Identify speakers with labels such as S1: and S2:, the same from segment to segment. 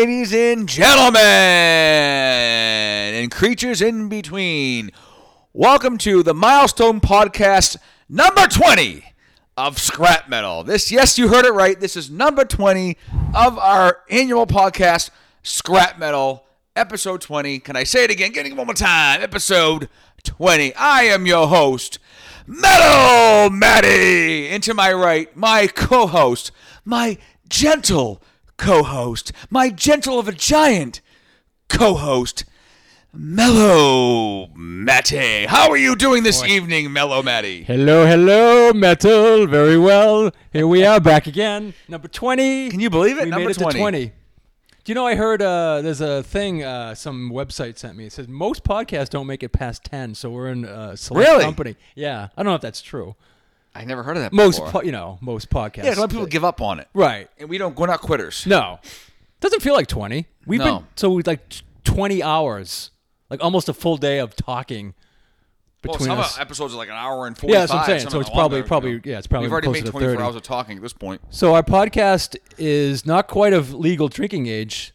S1: and gentlemen, and creatures in between, welcome to the Milestone Podcast number 20 of Scrap Metal. This, yes, you heard it right. This is number 20 of our annual podcast, Scrap Metal, episode 20. Can I say it again? Getting it one more time. Episode 20. I am your host, Metal Matty. And to my right, my co host, my gentle co host, my gentle of a giant co host, Mellow Matty. How are you doing this evening, Mellow Matty?
S2: Hello, hello, metal. Very well. Here we are back again. Number 20.
S1: Can you believe it?
S2: We
S1: Number
S2: made it
S1: 20.
S2: to 20. Do you know I heard uh, there's a thing uh, some website sent me. It says most podcasts don't make it past 10, so we're in uh, select
S1: Really?
S2: company. Yeah. I don't know if that's true.
S1: I never heard of that
S2: Most,
S1: before.
S2: po- you know, most podcasts.
S1: yeah, 'cause a lot of people give up on it.
S2: Right.
S1: And we don't, we're not quitters.
S2: No. Doesn't feel like 20. We've
S1: No.
S2: been, so we like t- 20 hours, like almost a full day of talking
S1: Well,
S2: between
S1: some
S2: us.
S1: of our episodes are like an hour and 45.
S2: Yeah, that's what I'm saying. So
S1: something
S2: it's probably-
S1: longer,
S2: probably-
S1: you know.
S2: yeah, it's probably
S1: We've already
S2: closer
S1: made
S2: to
S1: 24
S2: 30.
S1: hours of talking at this point.
S2: So our podcast is not quite of legal drinking age,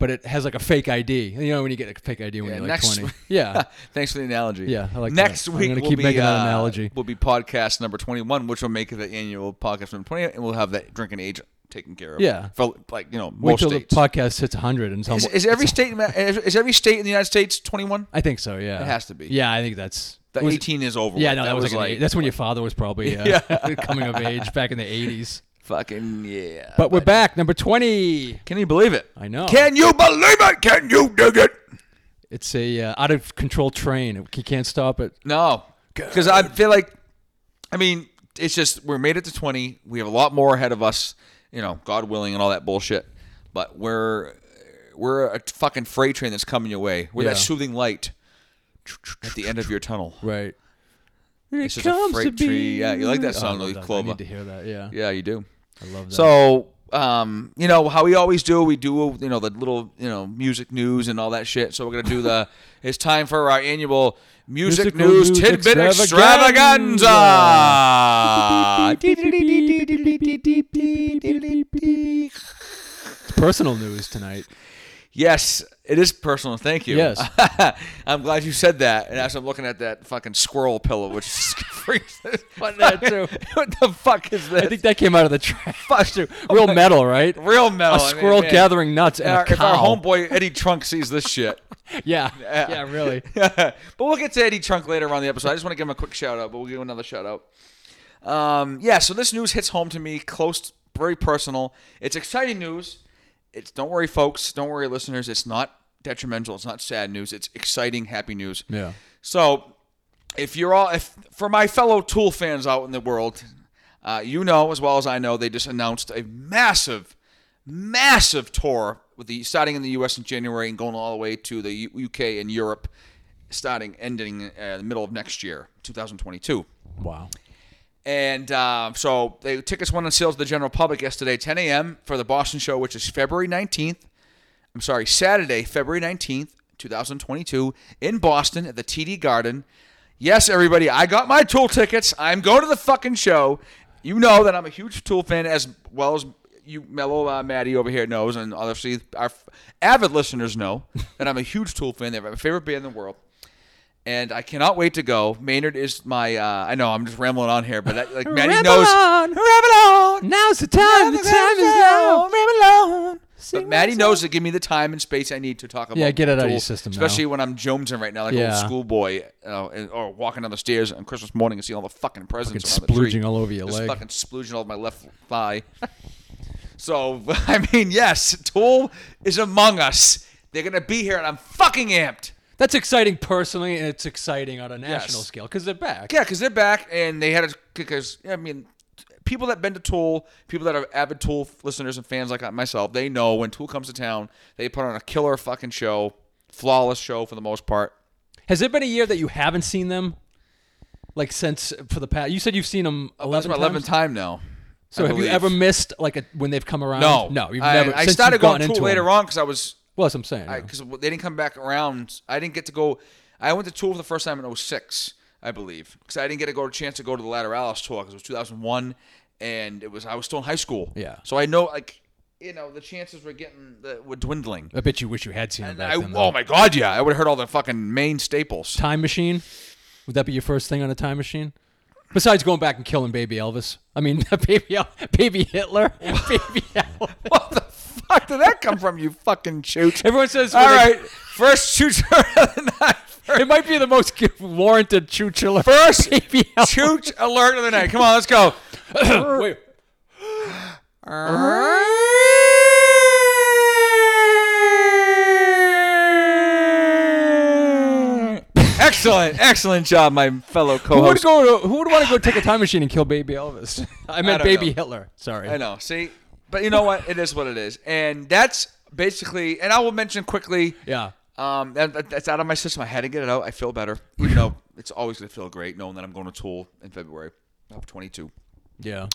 S2: but it has like a fake ID. You know when you get a fake ID when you're like
S1: next,
S2: twenty. Yeah.
S1: Thanks for the analogy.
S2: Yeah, I like that.
S1: next
S2: I'm
S1: week
S2: gonna
S1: will
S2: keep
S1: be,
S2: making that
S1: uh,
S2: analogy.
S1: Will be podcast number twenty-one, which will make it the annual podcast number twenty, and we'll have that drinking age taken care of.
S2: Yeah.
S1: for like you know most
S2: Wait till
S1: states.
S2: the podcast hits hundred and
S1: is,
S2: something.
S1: is every state in- is is every state in the United States twenty-one?
S2: I think so. Yeah. It
S1: has to be.
S2: Yeah, I think that's.
S1: The
S2: was-
S1: eighteen is over.
S2: yeah,
S1: with.
S2: no, that, was, like, an eight- that's when your father was probably uh, coming of age back in the eighties.
S1: fucking yeah.
S2: But we're back, number twenty.
S1: can you believe it?
S2: I know.
S1: Can you believe it? Can you dig it?
S2: It's a uh, out of control train. You can't stop it.
S1: No, because I feel like, I mean, it's just we're made it to twenty. We have a lot more ahead of us, you know, God willing, and all that bullshit. But we're we're a fucking freight train that's coming your way. We're
S2: Yeah.
S1: that soothing light at the end of your tunnel.
S2: Right. Oh,
S1: It's just a freight tree. Yeah, you like that song, Lee
S2: I
S1: Clover.
S2: need to hear that. Yeah.
S1: Yeah, you do. I
S2: love that.
S1: So, um, you know how we always do. We do, you know, the little, you know, music news and all that shit. So we're gonna do the. it's time for our annual music
S2: Musical
S1: news
S2: news
S1: tidbit
S2: extravaganza.
S1: extravaganza.
S2: It's personal news tonight.
S1: Yes, it is personal. Thank you.
S2: Yes.
S1: I'm glad you said that. And as I'm looking at that fucking squirrel pillow, which is freezing.
S2: But that too.
S1: what the fuck is this?
S2: I think that came out of the trash.
S1: Fuck you.
S2: Real metal, right?
S1: Real metal.
S2: A
S1: I mean,
S2: squirrel
S1: man.
S2: gathering nuts and
S1: Our-
S2: a
S1: if our
S2: cow.
S1: homeboy Eddie Trunk sees this shit.
S2: yeah. yeah, really.
S1: but we'll get to Eddie Trunk later on in the episode. I just want to give him a quick shout out, but we'll give him another shout out. Um, yeah, so this news hits home to me, close, very personal. It's exciting news. It's don't worry, folks. Don't worry, listeners. It's not detrimental. It's not sad news. It's exciting, happy news.
S2: Yeah.
S1: So, if you're all, if for my fellow Tool fans out in the world, uh, you know as well as I know, they just announced a massive, massive tour with the starting in the U.S. in January and going all the way to the U- U.K. and Europe, starting ending uh, the middle of next year, 2022.
S2: Wow.
S1: And uh, so the tickets went on sale to the general public yesterday, 10 a.m. for the Boston show, which is February 19th. I'm sorry, Saturday, February 19th, 2022, in Boston at the TD Garden. Yes, everybody, I got my Tool tickets. I'm going to the fucking show. You know that I'm a huge Tool fan, as well as you, Mellow uh, Maddie over here knows, and obviously our f- avid listeners know that I'm a huge Tool fan. They're my favorite band in the world and I cannot wait to go. Maynard is my. Uh, I know I'm just rambling on here, but that, like Maddie
S2: Ramble
S1: knows.
S2: on,
S1: on,
S2: Now's the time. The time is now.
S1: But Maddie knows to give me the time and space I need to talk about.
S2: Yeah, get it out of
S1: Tool,
S2: your system now.
S1: especially when I'm jonesing right now, like an
S2: Yeah.
S1: old schoolboy, uh, and- or walking down the stairs on Christmas morning and seeing all the fucking presents
S2: Fucking
S1: around the tree.
S2: splooging all over your
S1: Just
S2: leg.
S1: fucking splooging all over my left thigh. so I mean, yes, Tool is among us. They're gonna be here, and I'm fucking amped.
S2: That's exciting personally, and it's exciting on a national scale because they're back.
S1: Yeah, because they're back and they had a because I mean, people that been to Tool, people that are avid Tool listeners and fans like myself, they know when Tool comes to town, they put on a killer fucking show, flawless show for the most part.
S2: Has it been a year that you haven't seen them? Like since for the past, you said you've seen them
S1: That's
S2: eleven
S1: my eleventh
S2: times?
S1: time now.
S2: So
S1: I
S2: have
S1: believe.
S2: you ever missed like a, when they've come around?
S1: No,
S2: no, you've
S1: I,
S2: never.
S1: I
S2: since
S1: started
S2: you've
S1: going
S2: gotten
S1: Tool
S2: into
S1: later
S2: them.
S1: on because I was
S2: Well, that's what I'm saying. yeah.
S1: because they didn't come back around. I didn't get to go. I went to Tool for the first time in 06, I believe, because I didn't get a go chance to go to the Lateralis tour because it was 2001, and it was I was still in high school.
S2: Yeah.
S1: So I know like you know the chances were getting the, were dwindling.
S2: I bet you wish you had seen it
S1: And
S2: back
S1: I,
S2: then. though.
S1: oh my god, yeah, I would have heard all the fucking main staples.
S2: Time machine? Would that be your first thing on a time machine? Besides going back and killing baby Elvis. I mean, baby, El- baby Hitler, baby Elvis.
S1: What the fuck did that come from, you fucking chooch?
S2: Everyone says
S1: All
S2: when they-
S1: right, first chooch alert of the night.
S2: it might be the most g- warranted choo chiller.
S1: First
S2: Baby Elvis.
S1: chooch alert of the night. Come on, let's go.
S2: Wait.
S1: excellent, excellent job, my fellow
S2: Who
S1: co-host.
S2: would go to, Who would want to go take a time machine and kill baby Elvis? I meant
S1: don't
S2: baby
S1: know.
S2: Hitler. Sorry.
S1: I know. See, but you know what? It is what it is, and that's basically. And I will mention quickly.
S2: Yeah.
S1: Um, that, that- that's out of my system. I had to get it out. I feel better, even though it's always gonna feel great knowing that I'm going to Tool in February. I'm 22.
S2: Yeah.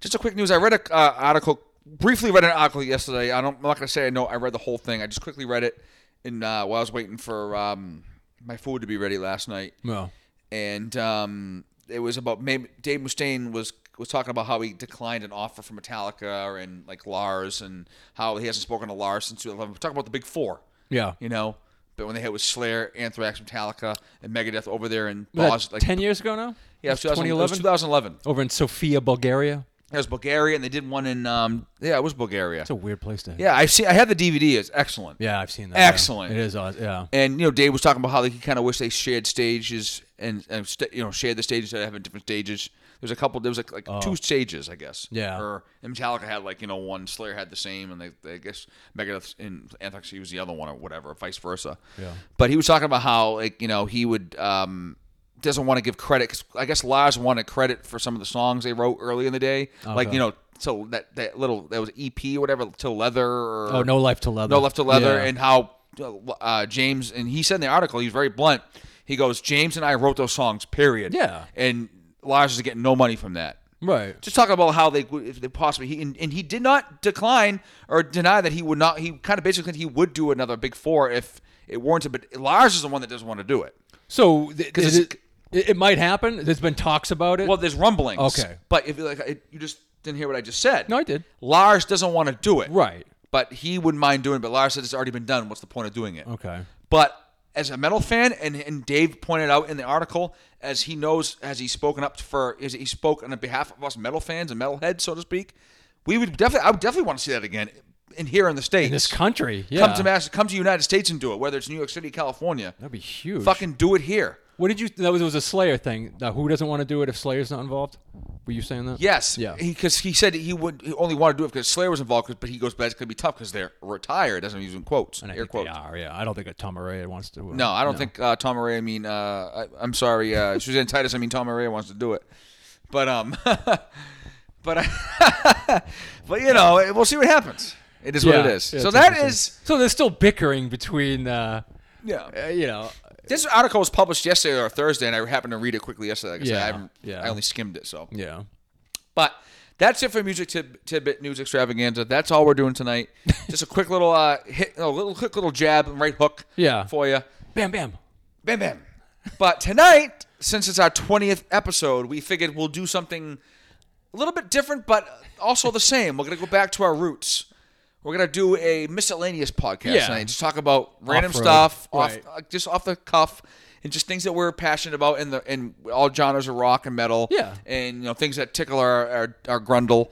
S1: Just a quick news. I read a uh, article briefly. Read an article yesterday. I don't. I'm not gonna say I know. I read the whole thing. I just quickly read it in uh, while I was waiting for um, my food to be ready last night
S2: Well.
S1: and um, it was about maybe Dave Mustaine was was talking about how he declined an offer from Metallica and like Lars and how he hasn't spoken to Lars since 2011. We're talking about the big four,
S2: Yeah.
S1: you know. But when they hit with Slayer, Anthrax, Metallica, and Megadeth over there in
S2: Was that
S1: Bos, like
S2: ten years ago now.
S1: yeah, it was 2000 it was
S2: 2011
S1: 2011.
S2: over in Sofia, Bulgaria.
S1: It was Bulgaria, and they did one in um, yeah, it was Bulgaria.
S2: It's a weird place to.
S1: yeah, I see. I had the DVD. It's excellent.
S2: Yeah, I've seen that.
S1: Excellent.
S2: Yeah. It is awesome. Yeah.
S1: And you know, Dave was talking about how he kind of wished they shared stages and, and st- you know shared the stages instead of having different stages. There's a couple. There was like, like two stages, I guess.
S2: Oh. Yeah.
S1: Or and Metallica had like you know one. Slayer had the same, and they, they I guess Megadeth and Anthrax he was the other one or whatever, vice versa.
S2: Yeah.
S1: But he was talking about how like you know he would um doesn't want to give credit. 'cause I guess Lars wanted credit for some of the songs they wrote early in the day, like you know. till that, that little that was EP or whatever till leather or
S2: Oh, no life to leather.
S1: no left to leather,
S2: Yeah.
S1: and how uh, James and he said in the article he's very blunt. He goes, James and I wrote those songs. Period.
S2: Yeah.
S1: And Lars is getting no money from that.
S2: right.
S1: Just talking about how they would- if they possibly he and, and he did not decline or deny that he would not. He kind of basically said he would do another big four if it warranted. But Lars is the one that doesn't want to do it.
S2: So th-
S1: 'Cause
S2: is
S1: it's-
S2: it, it, it might happen. There's been talks about it.
S1: Well, there's rumblings.
S2: Okay.
S1: But if like it, you just didn't hear what I just said.
S2: No, I did.
S1: Lars doesn't want to do it.
S2: right.
S1: But he wouldn't mind doing it. But Lars said it's already been done. What's the point of doing it?
S2: Okay.
S1: But as a metal fan, and, and Dave pointed out in the article, as he knows, as he's spoken up for, is he spoke on behalf of us metal fans and metalheads, so to speak. We would definitely, I would definitely want to see that again in here in the states.
S2: This country. Yeah.
S1: come to Mass, come to the United States and do it, whether it's New York City, California.
S2: That'd be huge.
S1: Fucking do it here.
S2: What did you? That was, it was a Slayer thing. Now, who doesn't want to do it if Slayer's not involved? Were you saying that?
S1: Yes.
S2: Yeah.
S1: Because he, said he would he only want to do it because Slayer was involved, 'cause- but he goes, but it's going to be tough because they're retired. Doesn't use in quotes,
S2: And I
S1: air
S2: think they
S1: quotes.
S2: are, Yeah. I don't think a Tom Araya wants to. do it.
S1: No, I don't think uh, Tom Araya. I mean, uh, I, I'm sorry, uh, Suzanne Titus. I mean, Tom Araya wants to do it, but um, but I, but you know, it- we'll see what happens. It is what
S2: Yeah,
S1: it is.
S2: yeah,
S1: so
S2: it's
S1: that
S2: interesting.
S1: is
S2: So there's still bickering between. Uh,
S1: yeah.
S2: uh, you know.
S1: This article was published yesterday or Thursday, and I happened to read it quickly yesterday. Like I said,
S2: Yeah,
S1: I haven't.
S2: yeah.
S1: I only skimmed it. So,
S2: Yeah.
S1: but. That's it for music Tid- tidbit news extravaganza. That's all we're doing tonight. Just a quick little uh, hit, a little quick little jab and right hook
S2: Yeah.
S1: for you.
S2: Bam. Bam.
S1: Bam bam. But tonight, since it's our 20th episode, we figured we'll do something a little bit different, but also the same. We're going to go back to our roots. We're going to do a miscellaneous podcast
S2: Yeah.
S1: tonight. Just talk about random
S2: Off-road.
S1: stuff, off,
S2: Right.
S1: uh, just off the cuff, and just things that we're passionate about in the in all genres of rock and metal.
S2: Yeah.
S1: And, you know, things that tickle our, our, our grundle.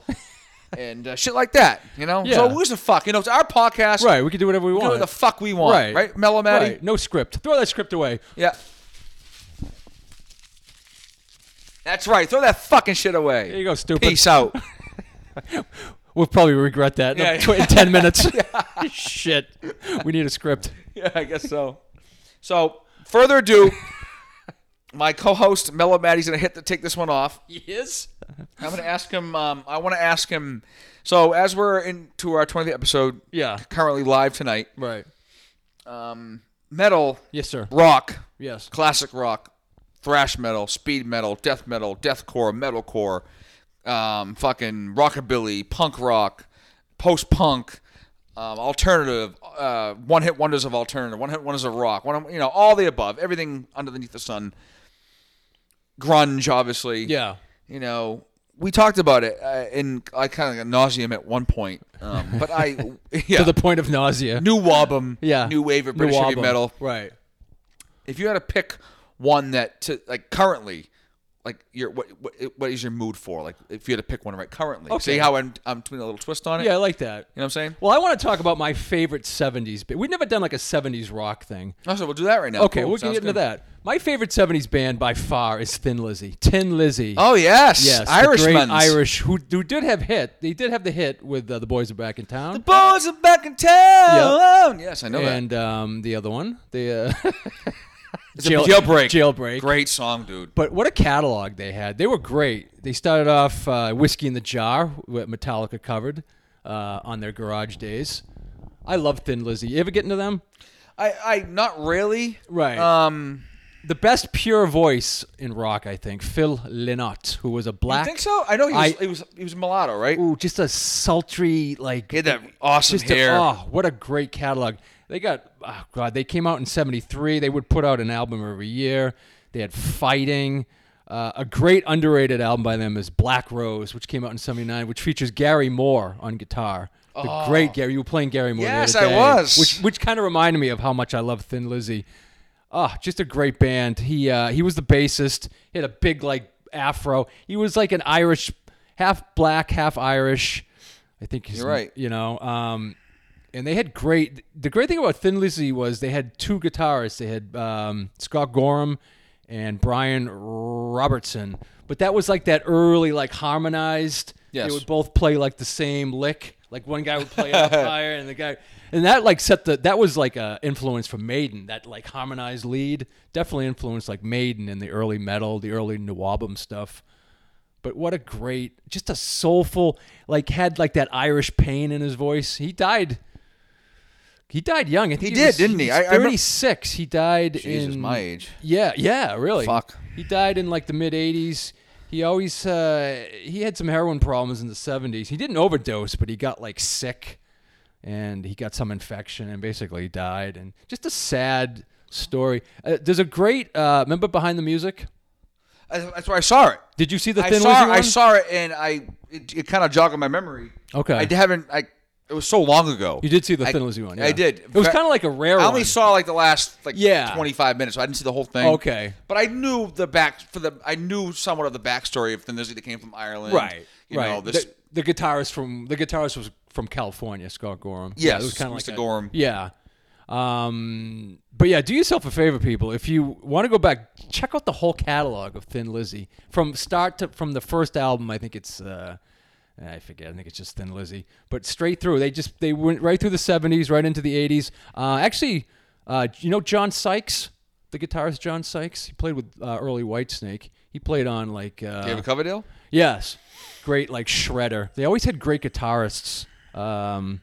S1: And uh, shit like that, you know.
S2: Yeah.
S1: So who's the fuck? You know, it's our podcast.
S2: Right. We could do whatever we
S1: We do
S2: want.
S1: what the fuck we want, right?
S2: Right.
S1: right? Mellow Maddie.
S2: Right. No script. Throw that script away.
S1: Yeah. That's right. Throw that fucking shit away.
S2: There you go, stupid.
S1: Peace out.
S2: We'll probably regret that in,
S1: Yeah,
S2: tw- in 10 minutes. Shit. We need a script.
S1: yeah, I guess so. So, further ado, my co-host Mellow Maddie's gonna hit to take this one off.
S2: He is?
S1: I'm gonna ask him. Um, I want to ask him. So, as we're into our 20th episode,
S2: Yeah.
S1: currently live tonight,
S2: Right.
S1: um, metal,
S2: Yes, sir.
S1: rock,
S2: Yes.
S1: classic rock, thrash metal, speed metal, death metal, deathcore, metalcore, um, fucking rockabilly, punk rock, post punk, um, alternative, uh, one hit wonders of alternative, one hit wonders of rock, one you know all the above, everything underneath the sun, grunge obviously,
S2: Yeah.
S1: you know we talked about it, uh, and I kind of got nauseum at one point. Um, but I, yeah,
S2: to the point of nausea.
S1: new Wobbum,
S2: yeah,
S1: new wave of British heavy
S2: Wobble.
S1: metal.
S2: Right.
S1: If you had to pick one that to like currently, like your what what, what is your mood for? Like if you had to pick one right currently, see
S2: Okay.
S1: how I'm I'm doing a little twist on it.
S2: Yeah, I like that.
S1: you know what I'm saying.
S2: Well, I want to talk about my favorite '70s. Band. We've never done like a '70s rock thing.
S1: Also, we'll do that right now.
S2: Okay,
S1: Cool,
S2: we can
S1: sounds
S2: get into
S1: good.
S2: that. My favorite '70s band by far is Thin Lizzy. Tin Lizzy.
S1: Oh yes,
S2: yes, the
S1: Irish
S2: great Irish who who did have hit. They did have the hit with uh, the boys are back in town.
S1: The boys are back in town. Oh, Yes, I know that.
S2: and um, the other one, the uh,
S1: It's a jailbreak.
S2: jailbreak.
S1: Great song, dude.
S2: But what a catalog they had! They were great. They started off uh, "Whiskey in the Jar," what Metallica covered uh, on their garage days. I love Thin Lizzy. You ever get into them?
S1: I, I not really.
S2: Right.
S1: Um,
S2: the best pure voice in rock, I think, Phil Lynott, who was a
S1: I
S2: black.
S1: think so. I know he was,
S2: I-
S1: he was he was mulatto, right?
S2: Ooh, just a sultry like.
S1: He had that awesome
S2: just a-
S1: hair.
S2: oh, what a great catalog! They got oh god, they came out in '73. They would put out an album every year. They had fighting. Uh, a great underrated album by them is Black Rose, which came out in '79, which features Gary Moore on guitar. The great Gary, you were playing Gary Moore. the
S1: Oh. Yes,
S2: other
S1: I
S2: day,
S1: was.
S2: Which which kind of reminded me of how much I love Thin Lizzy. Ah, just a great band. He uh, he was the bassist. He had a big like afro. He was like an Irish, half black, half Irish. I think he's
S1: You're right.
S2: You know, um, and they had great. The great thing about Thin Lizzy was they had two guitarists. They had um, Scott Gorham and Brian Robertson. But that was like that early like harmonized.
S1: Yes.
S2: They would both play like the same lick. Like one guy would play it up higher, and the guy, and that like set the that was like a influence from Maiden. That like harmonized lead definitely influenced like Maiden and the early metal, the early New Album stuff. But what a great, just a soulful, like had like that Irish pain in his voice. He died. He died young. I think
S1: He did,
S2: was-
S1: didn't he?
S2: was
S1: I- I remem-
S2: Thirty-six. He died
S1: Jesus,
S2: in
S1: my age.
S2: yeah, yeah, really.
S1: Fuck.
S2: He died in like the mid '80s. He always uh, he had some heroin problems in the '70s. He didn't overdose, but he got like sick, and he got some infection, and basically died. And just a sad story. Uh, there's a great uh, remember behind the music.
S1: I, that's where I saw it.
S2: Did you see the
S1: I
S2: Thin
S1: saw
S2: Lizzy
S1: I
S2: one?
S1: saw it, and I it, it kind of jogged my memory.
S2: Okay.
S1: I haven't. I it was so long ago.
S2: You did see the
S1: I-
S2: Thin Lizzy one.
S1: I
S2: yeah.
S1: did.
S2: It was
S1: Ve-
S2: kind of like a rare
S1: I
S2: one.
S1: only saw like the last like
S2: Yeah.
S1: 25 minutes. So I didn't see the whole thing.
S2: Okay.
S1: But I knew the back for the I knew somewhat of the backstory of Thin Lizzy that came from Ireland.
S2: right.
S1: You
S2: right.
S1: know, this
S2: the, the guitarist from the guitarist was from California, Scott Gorham. yeah, it
S1: Yes,
S2: was kind of like
S1: Mr.
S2: a-
S1: Gorham.
S2: Yeah. Um, but yeah, do yourself a favor, people. If you want to go back, check out the whole catalog of Thin Lizzy from start to from the first album. I think it's uh, I forget. I think it's just Thin Lizzy. But straight through, they just they went right through the '70s, right into the '80s. Uh, actually, uh, you know John Sykes, the guitarist John Sykes. He played with uh, early Whitesnake. He played on like uh,
S1: David Coverdale.
S2: Yes. Great, like shredder. They always had great guitarists. Um,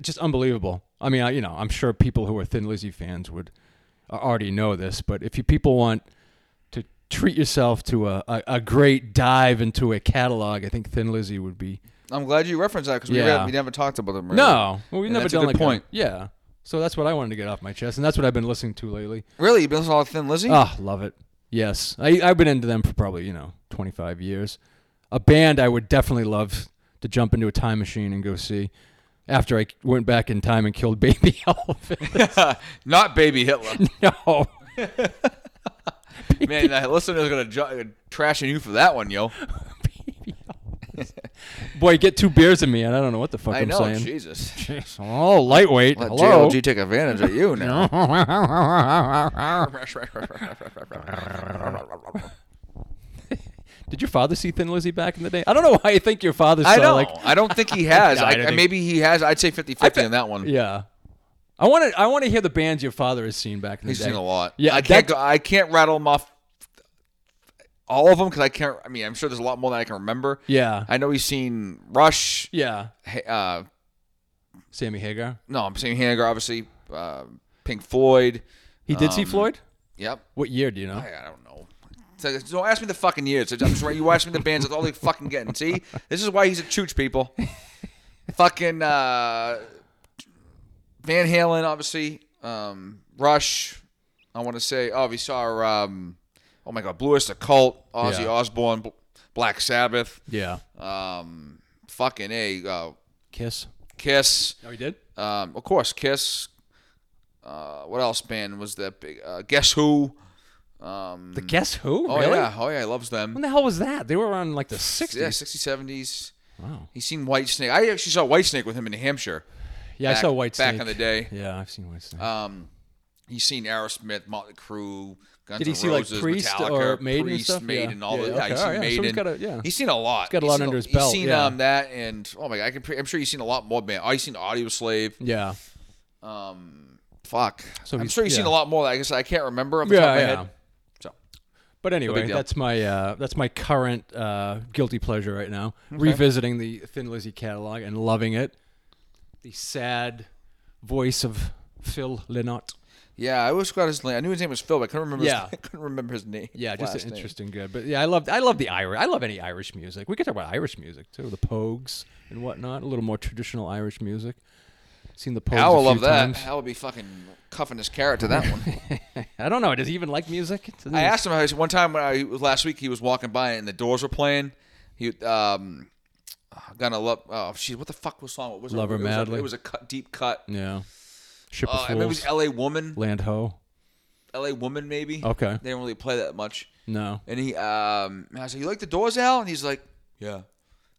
S2: just unbelievable. I mean, I, you know, I'm sure people who are Thin Lizzy fans would uh, already know this, but if you people want to treat yourself to a, a, a great dive into a catalog, I think Thin Lizzy would be.
S1: I'm glad you referenced that because we,
S2: Yeah.
S1: re- we never talked about them. Really.
S2: No, well, we've
S1: And
S2: never
S1: that's a good
S2: done like a-
S1: point.
S2: yeah. So that's what I wanted to get off my chest, and that's what I've been listening to lately.
S1: really, you've been listening to Thin Lizzy.
S2: Ah, love it. Yes, I, I've been into them for probably you know 25 years. A band I would definitely love to jump into a time machine and go see. After I went back in time and killed Baby Elvis.
S1: Not Baby Hitler.
S2: no,
S1: Man, that listener's gonna ju- trashing you for that one, yo.
S2: boy, get two beers in me, and I don't know what the fuck
S1: I
S2: am
S1: know,
S2: saying.
S1: Jesus.
S2: Jeez, Oh, lightweight.
S1: Let
S2: Hello.
S1: JLG take advantage of you now.
S2: Did your father see Thin Lizzy back in the day? I don't know why I think your father saw
S1: I don't.
S2: like
S1: I don't think he has.
S2: Yeah, I
S1: I,
S2: don't think-
S1: maybe he has. I'd say 50-50 on that one.
S2: yeah. I want to. I want to hear the bands your father has seen back in the
S1: He's
S2: day.
S1: seen a lot.
S2: Yeah,
S1: I can't.
S2: that-
S1: Go, I can't rattle them off all of them because I can't. I mean, I'm sure there's a lot more that I can remember.
S2: Yeah.
S1: I know he's seen Rush.
S2: Yeah.
S1: H- Uh,
S2: Sammy Hagar.
S1: no, I'm seeing Hagar, obviously. Uh, Pink Floyd.
S2: He did see Floyd?
S1: Yep.
S2: Um, What year do you know?
S1: I, I don't know. So, don't ask me the fucking years. I'm just right. You ask me the bands. That's all they fucking getting. See, this is why he's a chooch, people. fucking uh, Van Halen, obviously. Um, Rush. I want to say. Oh, we saw. Um, oh my God, Blue Oyster Cult, Ozzy
S2: Yeah.
S1: Osbourne. Bl- Black Sabbath,
S2: Yeah.
S1: um, fucking a uh,
S2: Kiss.
S1: Kiss.
S2: Oh, he did.
S1: Um, of course, Kiss. Uh, what else band was that big? Uh, Guess Who? Um,
S2: The Guess Who?
S1: oh
S2: really?
S1: yeah, oh yeah, he loves them.
S2: When the hell was that? They were on like the '60s.
S1: Yeah, 60s, 70s.
S2: Wow.
S1: He's seen White Snake. I actually saw White Snake with him in New Hampshire.
S2: Yeah, I
S1: back-
S2: saw White
S1: back in the day.
S2: Yeah, I've seen White Snake.
S1: Um, he's seen Aerosmith, Motley Crue, Guns
S2: Did he
S1: N'
S2: see, like,
S1: Roses,
S2: Priest
S1: Metallica,
S2: or Maiden and
S1: Priest,
S2: stuff? Yeah.
S1: Maiden, all
S2: Yeah,
S1: the
S2: okay,
S1: yeah, he's
S2: all
S1: seen
S2: right, so he's
S1: Maiden.
S2: got a- yeah.
S1: He's seen a lot. He's
S2: got a lot
S1: seen
S2: under his
S1: he's
S2: belt,
S1: seen
S2: yeah.
S1: um, that and oh my god, I can pre- I'm sure he's seen a lot more. Man, oh, he's seen Audio Slave.
S2: yeah.
S1: Um, fuck.
S2: So
S1: I'm
S2: he's-
S1: sure he's seen a
S2: yeah.
S1: lot more. Like I said, I can't remember. Off the
S2: Yeah,
S1: top of my
S2: yeah.
S1: Head. So
S2: But anyway,
S1: deal.
S2: that's my uh, that's my current uh, guilty pleasure right now. Revisiting the Thin Lizzy catalog and loving it. The sad voice of Phil Lynott.
S1: yeah, I always got his name. I knew his name was Phil, but I couldn't remember.
S2: Yeah.
S1: his, I couldn't remember his name.
S2: Yeah, just
S1: last
S2: an
S1: name.
S2: interesting good. But yeah, I love I love the Irish. I love any Irish music. We could talk about Irish music too, the Pogues and whatnot. A little more traditional Irish music. Seen the Pogues.
S1: Al
S2: a
S1: will
S2: few
S1: love that.
S2: times.
S1: Al will be fucking cuffing his carrot to that one.
S2: I don't know. Does he even like music?
S1: I asked him how he, one time when I was last week he was walking by and the Doors were playing. He um, gonna love. Oh, shit! What the fuck was song? What was it?
S2: Lover
S1: it? was a-
S2: Madly.
S1: It was a cut, deep cut.
S2: Yeah. Ship
S1: Uh,
S2: of
S1: I mean, it was
S2: Fools.
S1: L.A. Woman.
S2: Land Ho.
S1: L.A. Woman, maybe.
S2: Okay.
S1: They don't really play that much.
S2: No.
S1: And he um, and I was like, "You like the Doors, Al?" And he's like, "Yeah."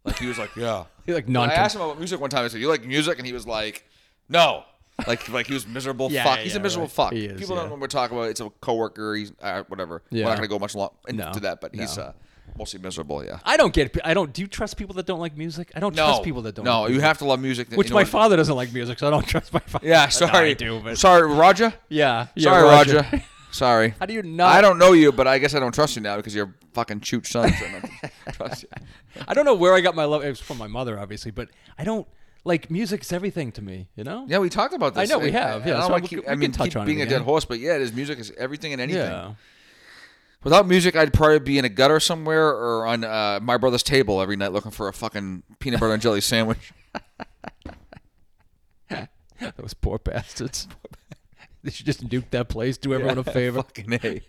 S1: Like he was like, "Yeah."
S2: He like
S1: I
S2: non.
S1: asked him about music one time. I said, "You like music?" And he was like, "No." Like like he was miserable.
S2: Yeah,
S1: fuck. He's a
S2: yeah,
S1: miserable
S2: right.
S1: fuck.
S2: He is,
S1: People
S2: yeah.
S1: don't know what we're talking about. It's a coworker. He's uh, whatever.
S2: Yeah.
S1: We're not gonna go much long into
S2: No,
S1: that, but he's
S2: no.
S1: uh, mostly miserable. Yeah.
S2: I don't get. I don't. Do you trust people that don't like music? I don't
S1: No.
S2: trust people that don't.
S1: No,
S2: like
S1: you
S2: music.
S1: have to love music.
S2: Which
S1: you know
S2: my
S1: what-
S2: father doesn't like music, so I don't trust my father.
S1: Yeah.
S2: No,
S1: Sorry.
S2: I do, but
S1: sorry, Roger.
S2: yeah. yeah,
S1: Sorry, Roger. sorry.
S2: How do you not?
S1: I don't know you, but I guess I don't trust you now because you're fucking chooch son. So I don't trust you.
S2: I don't know where I got my love. It was from my mother, obviously, but I don't like music's everything to me. You know?
S1: Yeah, we talked about
S2: I
S1: this.
S2: know, we have, yeah,
S1: I,
S2: so
S1: don't wanna
S2: we
S1: keep,
S2: can-
S1: I
S2: we
S1: mean,
S2: can touch
S1: keep
S2: on it
S1: being a
S2: again.
S1: dead horse, but yeah, it is music is everything and anything.
S2: Yeah.
S1: Without music, I'd probably be in a gutter somewhere or on uh, my brother's table every night looking for a fucking peanut butter and jelly sandwich.
S2: Those poor bastards. they should just nuke that place. Do everyone a favor.
S1: Fucking A.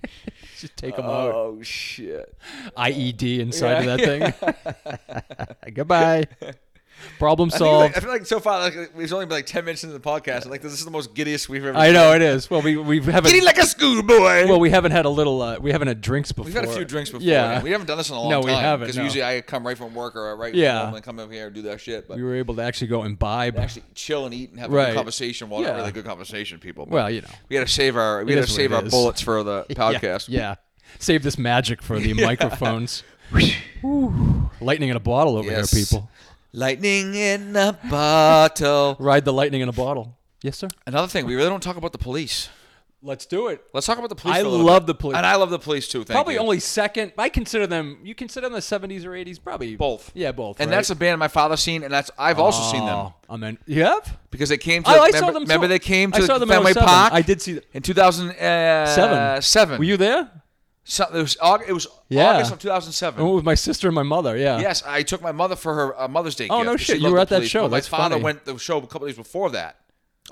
S2: Just take them out.
S1: oh, shit.
S2: IED inside of that thing. Goodbye. Problem solved.
S1: I feel like so far, like, we've only been like 10 minutes into the podcast. and, Like, this is the most giddiest we've ever
S2: I know it is. Well, we we
S1: Giddy
S2: haven't.
S1: like a schoolboy.
S2: Well, we haven't had a little. Uh, we haven't had drinks before.
S1: We've had a few drinks before.
S2: Yeah,
S1: We haven't done this in a long
S2: No,
S1: time.
S2: we haven't,
S1: Because
S2: no.
S1: usually I come right from work or right
S2: Yeah.
S1: from home and come up here and do that shit. But
S2: We were able to actually go imbibe.
S1: actually chill and eat and have a
S2: Right.
S1: good conversation. Well,
S2: Yeah.
S1: not really good conversation, people. But
S2: well, you know.
S1: we had to save our we had
S2: is
S1: to
S2: what
S1: save
S2: it
S1: our
S2: is.
S1: bullets for the
S2: Yeah,
S1: podcast.
S2: Yeah, Save this magic for the microphones. Whew. Lightning in a bottle over
S1: Yes.
S2: here, people.
S1: Lightning in a bottle.
S2: Ride the lightning in a bottle. Yes, sir.
S1: Another thing, we really don't talk about the police.
S2: Let's do it.
S1: Let's talk about the police.
S2: I
S1: for a little
S2: love
S1: bit.
S2: the police.
S1: and I love the police too. Thank
S2: Probably
S1: you.
S2: only second. I consider them. You consider them the seventies or eighties, probably
S1: Both.
S2: Yeah, both.
S1: And
S2: right?
S1: that's a band my father's seen, and that's I've also seen them
S2: Oh, I mean, you have.
S1: because they came to.
S2: Oh, I
S1: remember,
S2: saw them.
S1: Remember
S2: too.
S1: they came
S2: I
S1: to
S2: saw
S1: the
S2: them in
S1: Fenway
S2: 07.
S1: Park
S2: I did see. th-
S1: in 2007. Seven.
S2: Were you there?
S1: So, it was August, it was
S2: Yeah.
S1: August of
S2: I
S1: 2007.
S2: went with my sister and my mother. Yeah.
S1: Yes, I took my mother for her uh, Mother's Day.
S2: Oh,
S1: gift
S2: no
S1: 'cause she
S2: shit. You
S1: loved
S2: were
S1: the
S2: at that
S1: police,
S2: show.
S1: but My
S2: That's
S1: father
S2: funny.
S1: went the show a couple days before that.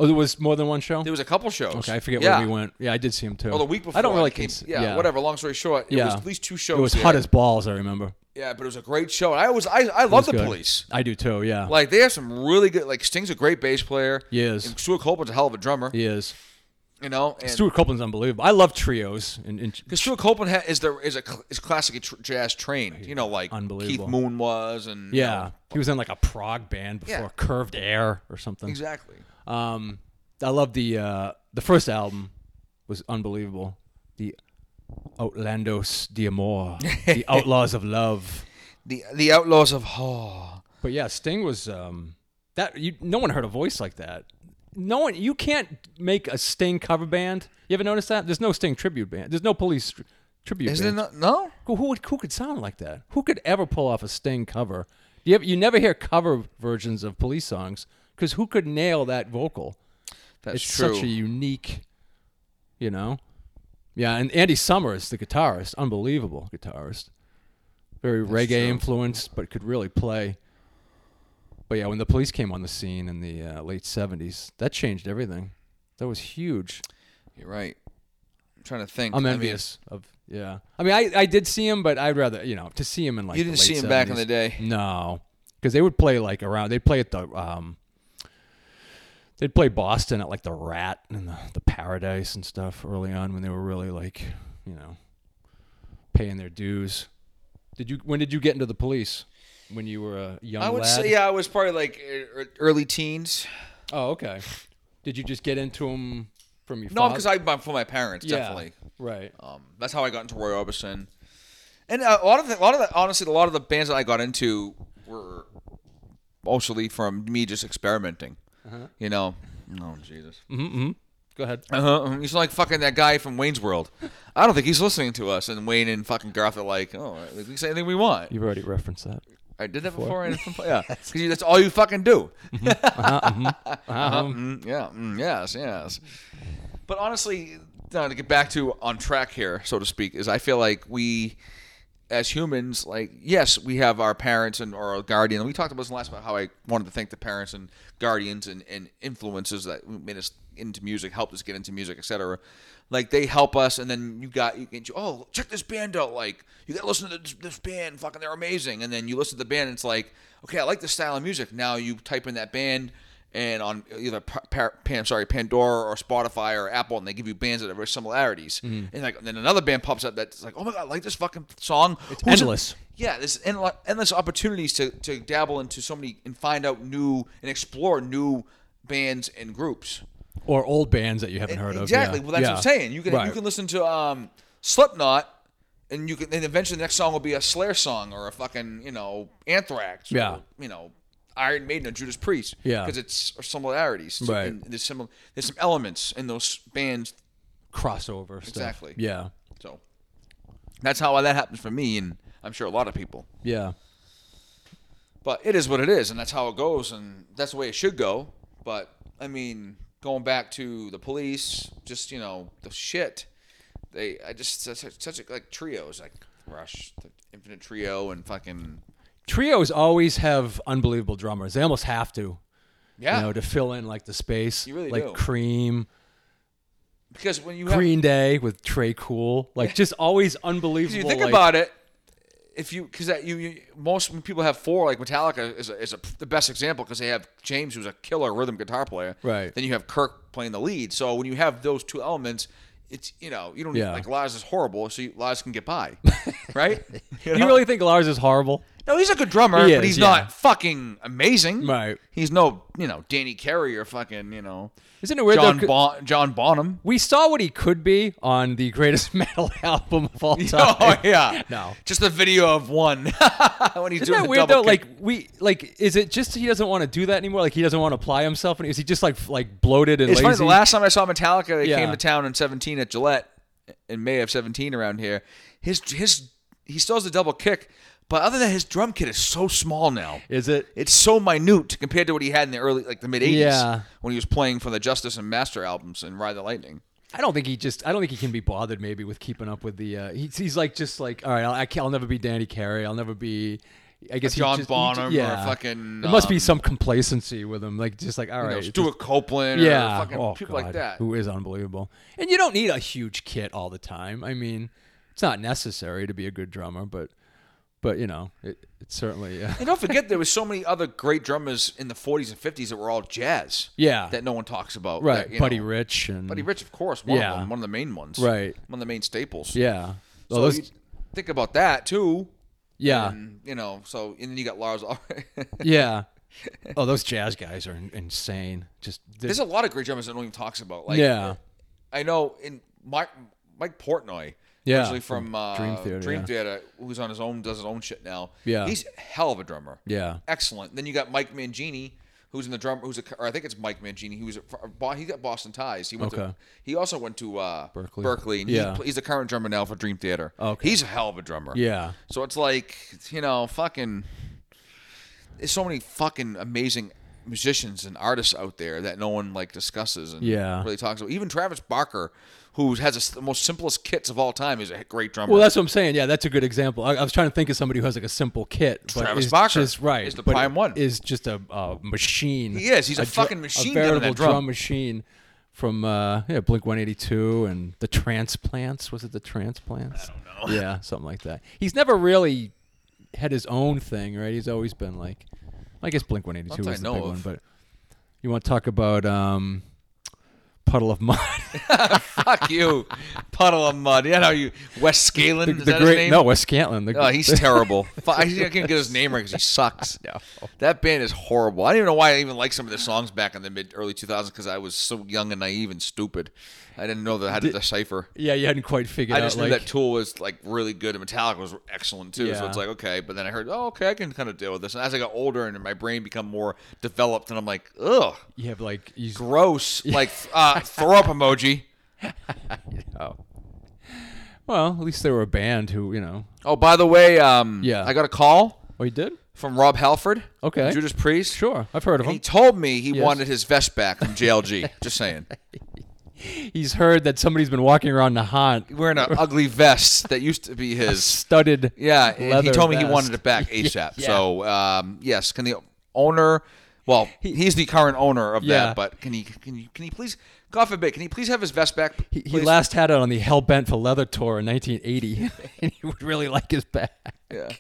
S2: Oh, there was more than one show.
S1: There was a couple shows.
S2: Okay, I forget
S1: yeah.
S2: where we went. Yeah, I did see him too.
S1: Well, the week before.
S2: I don't really.
S1: it came,
S2: cons-
S1: yeah, whatever. Long story short, it
S2: Yeah.
S1: was at least two shows.
S2: It was
S1: there.
S2: hot as balls. I remember.
S1: Yeah, but it was a great show. I always I, I love the
S2: Good.
S1: police.
S2: I do too. Yeah.
S1: Like they have some really good. Like Sting's a great bass player.
S2: He is.
S1: And Stuart Copeland's a hell of a drummer.
S2: he is.
S1: You know, and Stuart,
S2: Stuart Copeland's unbelievable. I love trios. And, and
S1: Stuart Copeland ha- is the is a cl- is classic tr- jazz trained. You know, like
S2: Unbelievable.
S1: Keith Moon was, and you
S2: yeah,
S1: know,
S2: he was in like a prog band before
S1: Yeah.
S2: Curved Air or something.
S1: exactly.
S2: Um, I love the uh, the first album was unbelievable. The Outlandos de Amor, the Outlaws of Love.
S1: The the Outlaws of oh, Haw.
S2: But yeah, Sting was um, that. You, no one heard a voice like that. No one. You can't make a Sting cover band. You ever notice that? There's no Sting tribute band. There's no Police tr- tribute.
S1: Is
S2: band.
S1: it not? No.
S2: Who, who, would- who could sound like that? Who could ever pull off a Sting cover? You, have, you never hear cover versions of police songs because who could nail that vocal?
S1: That's
S2: it's
S1: true.
S2: such a unique, you know? Yeah, and Andy Summers, the guitarist, unbelievable guitarist. Very reggae influenced, but could really play. But yeah, when the police came on the scene in the uh, late 70s, that changed everything. That was huge.
S1: You're right. I'm trying to think.
S2: I'm
S1: I mean,
S2: envious of yeah. I mean, I, I did see him, but I'd rather you know to see him in like
S1: You
S2: the
S1: didn't
S2: late
S1: see him back in
S2: 70s.
S1: the day.
S2: No, because they would play like around. They'd play at the um. They'd play Boston at like the Rat and the, the Paradise and stuff early on when they were really like you know paying their dues. Did you when did you get into the police? When you were a young
S1: I would
S2: lad?
S1: say uh, yeah, I was probably like er- early teens.
S2: Oh, okay. Did you just get into them from your
S1: No,
S2: father?
S1: because I bought for my parents
S2: Yeah,
S1: definitely.
S2: right.
S1: Um, that's how I got into Roy Orbison. And uh, a lot of the, a lot of the, honestly, a lot of the bands that I got into were mostly from me just experimenting. You know, oh Jesus.
S2: Mm-mm. Mm-hmm. Go ahead.
S1: Uh-huh. He's like fucking that guy from Wayne's World. I don't think he's listening to us. And Wayne and fucking Garth are like, oh, we can say anything we want.
S2: You've already referenced that.
S1: I did that before. and yeah, 'Cause you- that's all you fucking do.
S2: Um,
S1: Mm, yeah, mm, yes, yes. But honestly, now to get back to on track here, so to speak, is I feel like we, as humans, like yes, we have our parents and or our guardian. We talked about this last about how I wanted to thank the parents and guardians and, and influences that made us into music, helped us get into music, etc. Like they help us, and then you got you get you oh check this band out. Like you got to listen to this, this band, fucking they're amazing. And then you listen to the band, and it's like okay, I like this style of music. Now you type in that band and on either pa- pa- Pan, sorry, Pandora or Spotify or Apple, and they give you bands that have very similarities. And like, and then another band pops up that's like, oh my god, I like this fucking song. It's
S2: endless.
S1: yeah, there's en- endless opportunities to to dabble into so many and find out new and explore new bands and groups.
S2: or old bands that you haven't heard
S1: E, Exactly.
S2: of. yeah.
S1: Well, that's
S2: Yeah.
S1: what I'm saying. You can
S2: Right.
S1: you can listen to um, Slipknot, and you can and eventually the next song will be a Slayer song or a fucking you know Anthrax.
S2: Yeah.
S1: Or, you know. Iron Maiden or Judas Priest,
S2: Yeah.
S1: because it's or similarities, to-
S2: Right.
S1: and There's similar, there's some elements in those bands,
S2: crossover. Stuff.
S1: Exactly.
S2: Yeah,
S1: so that's how that happens for me, and I'm sure a lot of people.
S2: yeah.
S1: But it is what it is, and that's how it goes, and that's the way it should go. But I mean, going back to the police, just you know the shit. They, I just such, such like trios, like Rush, the Infinite Trio, and fucking
S2: Trios always have unbelievable drummers. They almost have to,
S1: yeah.
S2: you know, to fill in like the space.
S1: You really
S2: like
S1: do.
S2: Cream,
S1: because when you have,
S2: Green Day with Trey Cool, like just always unbelievable.
S1: if you think
S2: like-
S1: about it, if you because that you, you most when people have four, like Metallica is a, is a, the best example because they have James, who's a killer rhythm guitar player,
S2: Right.
S1: Then you have Kirk playing the lead. So when you have those two elements, it's you know you don't
S2: Yeah.
S1: like Lars is horrible, so you, Lars can get by, right? You
S2: you
S1: know?
S2: really think Lars is horrible?
S1: no, he's a good drummer,
S2: He
S1: but
S2: is,
S1: he's
S2: yeah.
S1: not fucking amazing,
S2: Right.
S1: He's no you know Danny Carey or fucking you know
S2: Isn't it weird? though,
S1: John
S2: 'cause
S1: bon- John Bonham.
S2: we saw what he could be on the greatest metal album of all time.
S1: Oh yeah,
S2: No.
S1: just the video of one when he's
S2: Isn't
S1: doing
S2: that
S1: the
S2: weird
S1: double
S2: though?
S1: kick.
S2: Like we like, is it just he doesn't want to do that anymore? Like he doesn't want to apply himself, and is he just like f- like bloated and
S1: It's
S2: lazy?
S1: funny. The last time I saw Metallica, they
S2: Yeah.
S1: came to town in '17 at Gillette in May of '17 around here. His his he still has a double kick, but other than that, his drum kit is so small now.
S2: is it?
S1: It's so minute compared to what he had in the early, like the mid '80s,
S2: Yeah.
S1: when he was playing for the Justice and Master albums and Ride the Lightning.
S2: I don't think he just. I don't think he can be bothered. Maybe with keeping up with the. Uh, he's, he's like just like all right. I'll, I can't, I'll never be Danny Carey. I'll never be. I guess he
S1: John
S2: just, he
S1: Bonham
S2: ju-
S1: or
S2: yeah.
S1: fucking,
S2: There must be
S1: um,
S2: some complacency with him. Like just like all
S1: You
S2: right.
S1: know,
S2: it's
S1: Stuart Copeland,
S2: just- yeah.
S1: or fucking
S2: oh
S1: people
S2: God,
S1: like that.
S2: who is unbelievable. And you don't need a huge kit all the time. I mean, it's not necessary to be a good drummer, but but you know, it, it's certainly. Uh,
S1: And don't forget, there was so many other great drummers in the '40s and '50s that were all jazz.
S2: Yeah.
S1: that no one talks about.
S2: Right,
S1: that, you
S2: Buddy
S1: know-
S2: Rich and
S1: Buddy Rich, of course, one
S2: Yeah.
S1: of them, one of the main ones,
S2: Right.
S1: One of the main staples.
S2: Yeah. Well,
S1: So
S2: those-
S1: you think about that too.
S2: yeah,
S1: And, you know, so and then you got Lars.
S2: yeah. Oh, those jazz guys are in- insane. Just
S1: There's a lot of great drummers that no one even talks about. Like,
S2: yeah,
S1: I know in Mike Mike Portnoy,
S2: Yeah,
S1: originally
S2: from
S1: from uh,
S2: Dream Theater,
S1: Dream
S2: yeah.
S1: Theater, who's on his own, does his own shit now.
S2: Yeah.
S1: he's a hell of a drummer.
S2: yeah.
S1: excellent. Then you got Mike Mangini, who's in the drum, who's a, or I think it's Mike Mangini, who was a, Bo- he got Boston ties. He went
S2: Okay.
S1: to, he also went to uh,
S2: Berkeley.
S1: Berkeley, and
S2: Yeah.
S1: he, pl- he's the current drummer now for Dream Theater.
S2: Okay.
S1: he's a hell of a drummer.
S2: Yeah.
S1: So it's like you know, fucking, there's so many fucking amazing musicians and artists out there that no one like discusses and
S2: Yeah.
S1: really talks about. Even Travis Barker, who has a s the most simplest kits of all time, is a great drummer.
S2: Well, that's what I'm saying. Yeah, that's a good example. I, I was trying to think of somebody who has like a simple kit, but
S1: Travis
S2: is
S1: Barker
S2: just right.
S1: is the
S2: but
S1: prime one.
S2: Is just a, a machine.
S1: He is. He's a
S2: dru-
S1: fucking machine
S2: A
S1: down in
S2: veritable
S1: that drum.
S2: machine from uh, yeah, Blink 182 and the Transplants. Was it the Transplants? I don't know. Yeah, something like that. He's never really had his own thing, right? He's always been like, I guess Blink 182
S1: Not that
S2: was
S1: I
S2: the
S1: know
S2: big
S1: of.
S2: one, but you want to talk about um, Puddle of Mud?
S1: Fuck you, puddle of mud. You know you, Wes Scalen.
S2: the
S1: is
S2: the
S1: that his
S2: great
S1: name?
S2: no, Wes Scantlin. The,
S1: Oh, he's terrible. Fu- I can't get his name right because he sucks. That band is horrible. I don't even know why I even liked some of their songs back in the mid early 2000s because I was so young and naive and stupid. I didn't know that how to decipher.
S2: yeah, you hadn't quite figured
S1: I
S2: out.
S1: just knew
S2: like,
S1: that Tool was like really good and Metallica was excellent too. So
S2: Yeah.
S1: it's like okay, but then I heard, oh okay, I can kind of deal with this. And as I got older and my brain become more developed, and I'm like, ugh,
S2: you have like you,
S1: gross. Like uh, throw up emoji.
S2: oh. Well, at least they were a band who you know.
S1: Oh, by the way, um,
S2: Yeah.
S1: I got a call
S2: Oh, you did?
S1: from Rob Halford.
S2: Okay.
S1: Judas Priest.
S2: Sure, I've heard of
S1: He
S2: him.
S1: told me he
S2: Yes.
S1: wanted his vest back from JLG. Just saying.
S2: He's heard that somebody's been walking around the haunt
S1: Wearing an ugly vest that used to be his.
S2: studded.
S1: Yeah, and he
S2: leather
S1: told me he
S2: vest.
S1: wanted it back ASAP.
S2: Yeah.
S1: So, um, yes, can the owner? Well, he's the current owner of
S2: Yeah.
S1: that, but can he? Can you? Can he please? God forbid, can he please have his vest back?
S2: He, he
S1: please?
S2: last had it on the Hell Bent for Leather tour in 1980, and he would really like his back.
S1: Yeah.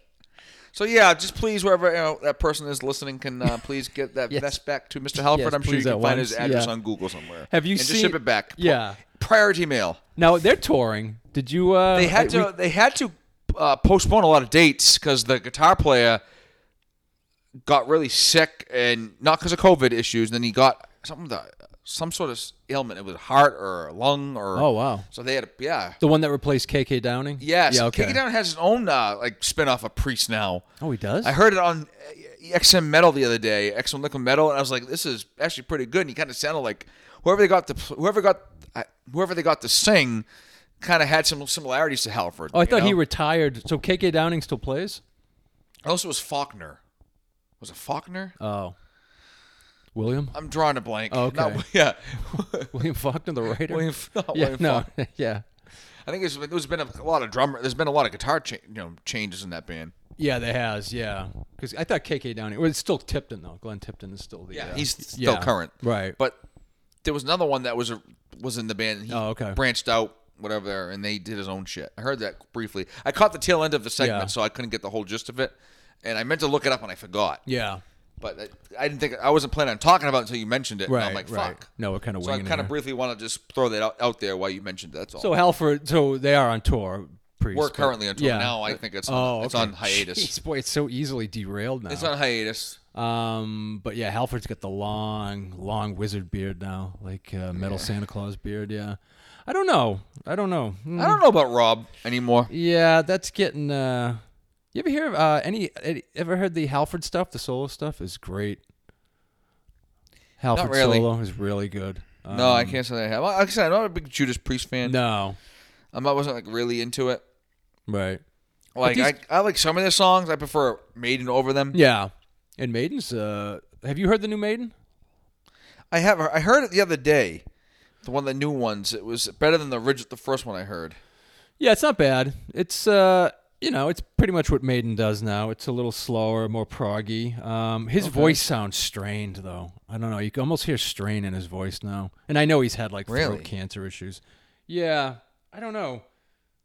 S1: So yeah, just please, wherever you know, that person is listening, can uh, please get that
S2: Yes.
S1: vest back to Mr. Halford.
S2: Yes,
S1: I'm sure you
S2: please
S1: can
S2: at
S1: find his
S2: once.
S1: address
S2: Yeah.
S1: on Google somewhere.
S2: Have you
S1: and just
S2: seen-
S1: ship it back?
S2: Yeah.
S1: Priority mail.
S2: Now they're touring. Did you? Uh,
S1: They had
S2: we-
S1: to. They had to uh, postpone a lot of dates because the guitar player got really sick, and not because of COVID issues. Then he got something that some sort of ailment. It was heart or lung or.
S2: oh wow,
S1: So they had. A, yeah.
S2: the one that replaced KK Downing.
S1: Yes.
S2: Yeah.
S1: Yeah,
S2: Okay.
S1: Down has his own uh, like spinoff of Priest now.
S2: Oh, he does.
S1: I heard it on uh, XM Metal the other day, XM Liquid Metal, and I was like, "This is actually pretty good." And he kind of sounded like whoever they got to pl- whoever got uh, whoever they got to sing kind of had some similarities to Halford.
S2: oh, I
S1: you
S2: thought he
S1: know?
S2: retired. So KK Downing still plays.
S1: also was Faulkner. Was it Faulkner?
S2: Oh, William.
S1: I'm drawing a blank.
S2: Oh, okay.
S1: Not- yeah.
S2: William Faulkner, the writer.
S1: William, F- not
S2: yeah.
S1: William
S2: no.
S1: Faulkner.
S2: yeah.
S1: I think it's, there's been a lot of drummer. There's been a lot of guitar cha- you know changes in that band.
S2: Yeah, there has. Yeah, because I thought KK Downing. Well, it's still Tipton though. Glenn Tipton is still the. uh,
S1: he's still
S2: yeah,
S1: current.
S2: Right.
S1: But there was another one that was a, was in the band. And he
S2: Oh, okay.
S1: Branched out, whatever, there, and they did his own shit. I heard that briefly. I caught the tail end of the segment,
S2: Yeah.
S1: so I couldn't get the whole gist of it. And I meant to look it up, and I forgot.
S2: yeah.
S1: But I, I didn't think I wasn't planning on talking about it until you mentioned it. and
S2: Right.
S1: I'm like,
S2: right.
S1: fuck.
S2: No, we're kind of
S1: So I
S2: winging it
S1: kind
S2: here.
S1: of briefly want to just throw that out, out there while you mentioned it. That's all.
S2: So Halford, so they are on tour. Priest,
S1: We're
S2: but-
S1: currently on tour
S2: yeah.
S1: now. I think it's on,
S2: Oh,
S1: it's
S2: okay.
S1: on hiatus.
S2: Jeez, boy, it's so easily derailed now.
S1: It's on hiatus.
S2: um, but yeah, Halford's got the long, long wizard beard now, like uh, metal Santa Claus beard. Yeah, I don't know. I don't know. Mm.
S1: I don't know about Rob anymore.
S2: Yeah, that's getting. Uh, you ever hear of, uh, any, any? Ever heard the Halford stuff? The solo stuff is great. Halford
S1: really.
S2: solo is really good. Um,
S1: No, I can't say that I have. Like I said, I'm not a big Judas Priest fan.
S2: No,
S1: Um, I wasn't like really into it.
S2: right?
S1: Like
S2: these-
S1: I, I like some of their songs. I prefer Maiden over them.
S2: Yeah, and Maiden's. Uh, have you heard the new Maiden?
S1: I have. I heard it the other day. The one, the new ones. It was better than the original, the first one I heard.
S2: Yeah, it's not bad. It's uh, you know, it's pretty much what Maiden does now. It's a little slower, more proggy. Um, his voice sounds strained though. I don't know. You can almost hear strain in his voice now. And I know he's had like
S1: Really?
S2: throat cancer issues. Yeah, I don't know.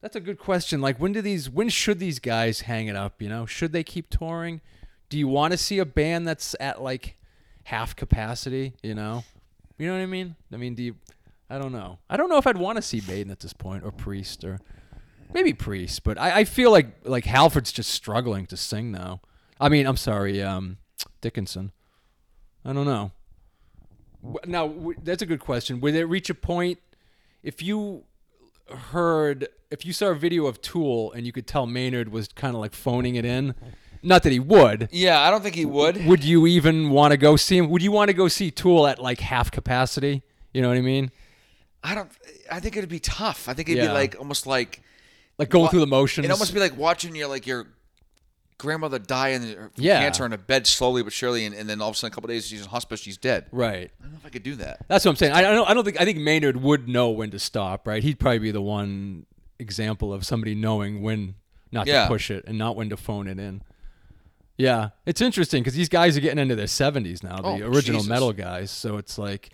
S2: That's a good question. Like, when do these? When should these guys hang it up? You know, should they keep touring? Do you want to see a band that's at like half capacity? You know, you know what I mean. I mean, do you? I don't know. I don't know if I'd want to see Maiden at this point, or Priest, or maybe Priest. But I, I feel like like Halford's just struggling to sing now. I mean, I'm sorry, um, Dickinson. I don't know. W- Now w- that's a good question. Would it reach a point if you heard if you saw a video of Tool and you could tell Maynard was kind of like phoning it in? Not that he would.
S1: Yeah, I don't think he would.
S2: Would you even want to go see him? Would you want to go see Tool at like half capacity? You know what I mean?
S1: I don't. I think it'd be tough. I think it'd
S2: Yeah.
S1: be like almost like
S2: Like going through the motions.
S1: it'd almost be like watching your like your grandmother die in the,
S2: Yeah.
S1: cancer in a bed slowly but surely, and, and then all of a sudden, a couple days she's in hospice, she's dead.
S2: right.
S1: I don't know if I could do that.
S2: That's what I'm saying. I, I don't. I don't think. I think Maynard would know when to stop. Right. He'd probably be the one example of somebody knowing when not
S1: Yeah.
S2: to push it and not when to phone it in. Yeah, it's interesting because these guys are getting into their 70s now. The
S1: Oh,
S2: original
S1: Jesus.
S2: metal guys. So it's like,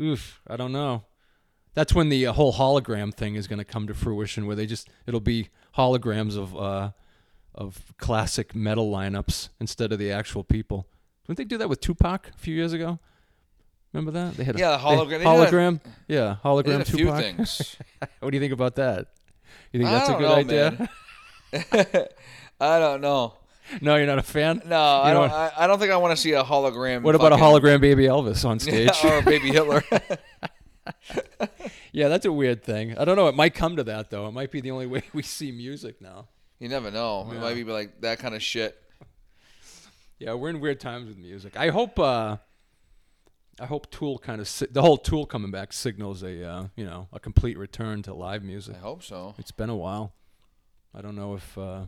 S2: oof, I don't know. That's when the uh, whole hologram thing is going to come to fruition, where they just it'll be holograms of uh, of classic metal lineups instead of the actual people. Didn't they do that with Tupac a few years ago? Remember that they had a,
S1: Yeah, the
S2: they-
S1: hologram- they did a-
S2: hologram, yeah, hologram
S1: They did a
S2: Tupac.
S1: few things.
S2: What do you think about that? You think
S1: I
S2: that's a
S1: don't
S2: good
S1: know,
S2: idea?
S1: man. I don't know.
S2: no, you're not a fan.
S1: No, I
S2: You
S1: don't.
S2: know
S1: I, I don't think I want to see a hologram.
S2: What about a
S1: fucking-
S2: hologram baby Elvis on stage?
S1: or a baby Hitler?
S2: yeah, that's a weird thing. I don't know. It might come to that though. It might be the only way we see music now.
S1: you never know. It might be like that kind of shit.
S2: Yeah, we're in weird times with music. I hope. uh I hope Tool kind of si- the whole Tool coming back signals a uh, you know a complete return to live music.
S1: I hope so.
S2: It's been a while. I don't know if uh,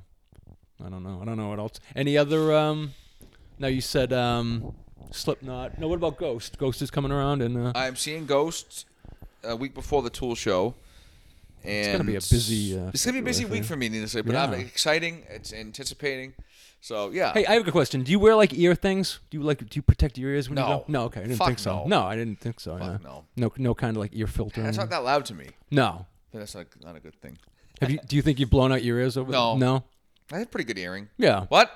S2: I don't know. I don't know what else. Any other? Um, now you said um, Slipknot. No, what about Ghost? Ghost is coming around, and uh,
S1: I'm seeing Ghosts a week before the Tool show. And it's
S2: gonna be a busy, uh,
S1: it's gonna be a busy
S2: February
S1: week
S2: thing.
S1: for me, needless to say. But I'm
S2: Yeah.
S1: exciting. It's anticipating. So yeah.
S2: hey, I have a question. Do you wear like ear things? Do you like do you protect your ears when you
S1: No.
S2: go? No, okay, I didn't
S1: Fuck
S2: think so.
S1: no.
S2: I didn't think so. yeah.
S1: no.
S2: no, no kind of like ear filter.
S1: that's
S2: or
S1: not that loud to me.
S2: anything? no.
S1: That's not, not a good thing.
S2: Have you? Do you think you've blown out your ears over?
S1: No.
S2: No.
S1: I had pretty good earring.
S2: Yeah.
S1: What?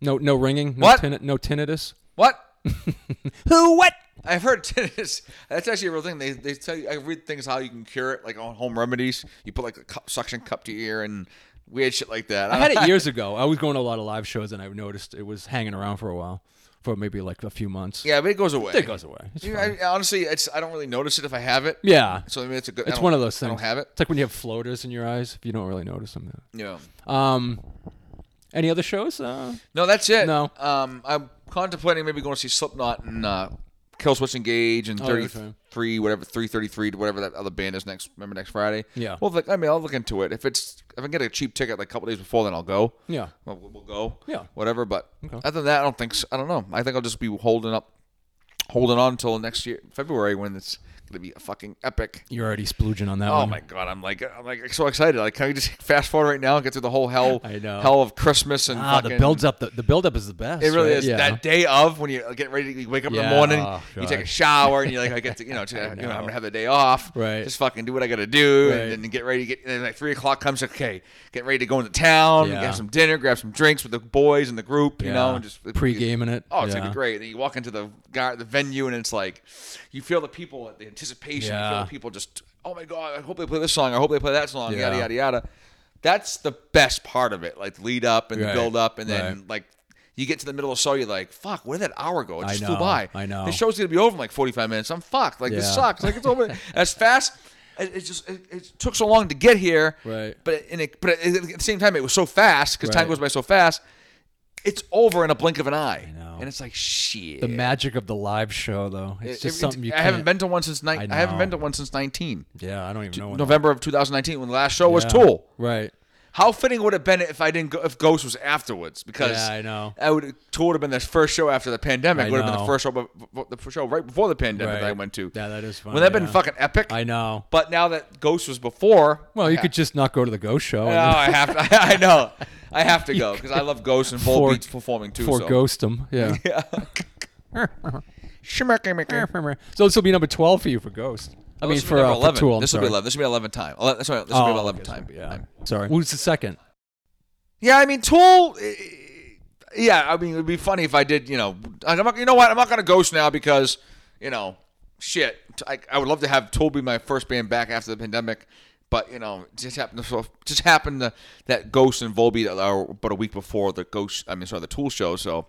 S2: No. No ringing. No
S1: What?
S2: Tin- no tinnitus.
S1: What?
S2: Who? What?
S1: I've heard tinnitus. That's actually a real thing. They, they tell you. I read things how you can cure it, like on home remedies. You put like a cup, suction cup to your ear and weird shit like that.
S2: I had it years ago. I was going to a lot of live shows, and I noticed it was hanging around for a while, for maybe like a few months.
S1: Yeah, but it goes away.
S2: It goes away. It's
S1: You-
S2: fine.
S1: I- honestly, it's I don't really notice it if I have it.
S2: yeah,
S1: So I mean, it's a good. I
S2: it's
S1: don't-
S2: one of those
S1: I
S2: things.
S1: don't have it.
S2: It's like when you have floaters in your eyes, if you don't really notice them.
S1: Yeah.
S2: Um, any other shows? Uh,
S1: No, that's it.
S2: No.
S1: Um, I'm contemplating maybe going to see Slipknot and uh, Killswitch Engage and
S2: Oh, okay.
S1: 33, whatever, 333 to whatever that other band is next. Remember next Friday?
S2: Yeah.
S1: Well, like, I mean, I'll look into it. If it's if I can get a cheap ticket like a couple days before, then I'll go.
S2: yeah,
S1: Well, we'll go.
S2: Yeah.
S1: Whatever. But
S2: Okay.
S1: other than that, I don't think. So. I don't know. I think I'll just be holding up, holding on until next year February when it's gonna be a fucking epic.
S2: you're already splooging on that
S1: Oh
S2: one.
S1: my god, I'm like I'm like so excited. Like can we just fast forward right now and get through the whole hell
S2: I know.
S1: hell of Christmas and
S2: Ah, the
S1: fucking-
S2: builds up. The, the build up is the best.
S1: It really
S2: right?
S1: is
S2: Yeah.
S1: that day of when you get ready. You wake up in
S2: Yeah.
S1: the morning,
S2: Oh,
S1: you take a
S2: God.
S1: shower, and you're like, I get to, you know, to, you know, I'm gonna have the day off.
S2: Right.
S1: Just fucking do what I gotta do,
S2: Right.
S1: and then get ready. Get and then like three o'clock comes. Okay, get ready to go into town.
S2: Yeah.
S1: Get some dinner, grab some drinks with the boys and the group. You know,
S2: Yeah.
S1: and just
S2: Pre-gaming it.
S1: Oh, it's
S2: Yeah.
S1: gonna be great. And you walk into the gar- the venue, and it's like you feel the people, the anticipation. You
S2: Yeah.
S1: feel the people just, oh my god, I hope they play this song. I hope they play that song. Yada
S2: Yeah.
S1: yada yada. That's the best part of it, like lead up and
S2: Right.
S1: the build up, and then like you get to the middle of the show, you're like, fuck, where did that hour go? It
S2: I
S1: just
S2: know,
S1: flew by.
S2: I know.
S1: The show's gonna be over in like 45 minutes. I'm fucked. Like
S2: Yeah.
S1: this sucks. Like it's over as fast. It, it just it, it took so long to get here.
S2: Right.
S1: But it, and it, but it, at the same time, it was so fast because time
S2: Right.
S1: goes by so fast. It's over in a blink of an eye.
S2: know.
S1: And it's like shit.
S2: The magic of the live show, though. It's
S1: It-
S2: just
S1: it-
S2: something you
S1: I haven't
S2: can't-
S1: been to one since ni- I,
S2: I
S1: haven't
S2: know.
S1: been to one since 19
S2: Yeah, I don't even know. when
S1: November of 2019 when the last show was
S2: Yeah.
S1: Tool.
S2: Right.
S1: How fitting would it have been if I didn't go, if Ghost was afterwards? Because
S2: Yeah, I know.
S1: I would Tool would have been the first show after the pandemic.
S2: I
S1: would have been the
S2: know.
S1: first show, be- be- the first show right before the pandemic that
S2: Right.
S1: I went to.
S2: Yeah, that is fun.
S1: Would that have been
S2: yeah.
S1: fucking epic?
S2: I know.
S1: But now that Ghost was before,
S2: Well, you
S1: yeah.
S2: could just not go to the Ghost show.
S1: No, I have to. I know. I have to go because I love Ghost and Volbeat's performing too.
S2: for
S1: so.
S2: ghost them. Yeah.
S1: Yeah. Shmurky-murky.
S2: so this will be number twelve for you for Ghost. I mean
S1: This will
S2: for,
S1: be number
S2: uh, for
S1: 11.
S2: Tool. I'm
S1: This will
S2: sorry. Oh,
S1: be 11. This will be 11 time. Ele- This will be 11
S2: okay, so-
S1: time.
S2: Yeah.
S1: Time.
S2: Sorry. Who's the second?
S1: Yeah, I mean, Tool. eh, Yeah, I mean, it'd be funny if I did. You know, I'm not. You know what? I'm not gonna ghost now because, you know, shit. I, I would love to have Tool be my first band back after the pandemic, but you know, it just happened. To, so- just happened to, that Ghost and Volbeat are about a week before the Ghost. I mean, sorry, the Tool show. So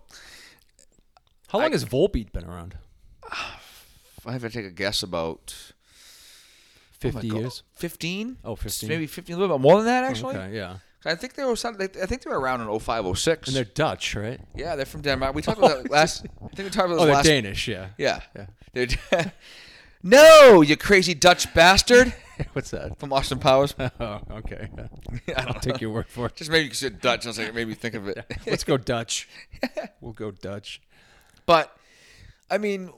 S2: How long has Volbeat been
S1: Oh
S2: around?
S1: if I have to take a guess about oh
S2: Fifty
S1: go-
S2: years.
S1: 15?
S2: Oh, 15.
S1: Maybe 15, a little bit more than that, actually.
S2: Okay. Yeah.
S1: 'Cause I think they were some- they- I think they were around in 05, 06.
S2: And they're Dutch, right?
S1: yeah, they're from Denmark. We talked about that last. I think we talked about
S2: Oh,
S1: this
S2: they're
S1: last.
S2: Danish. Yeah.
S1: Yeah. They're- no, you crazy Dutch bastard
S2: What's that?
S1: from Austin Powers.
S2: Oh, okay. I'll take your word for it.
S1: Just maybe you said Dutch. I was like, maybe think of it.
S2: Let's go Dutch. We'll go Dutch.
S1: But I mean,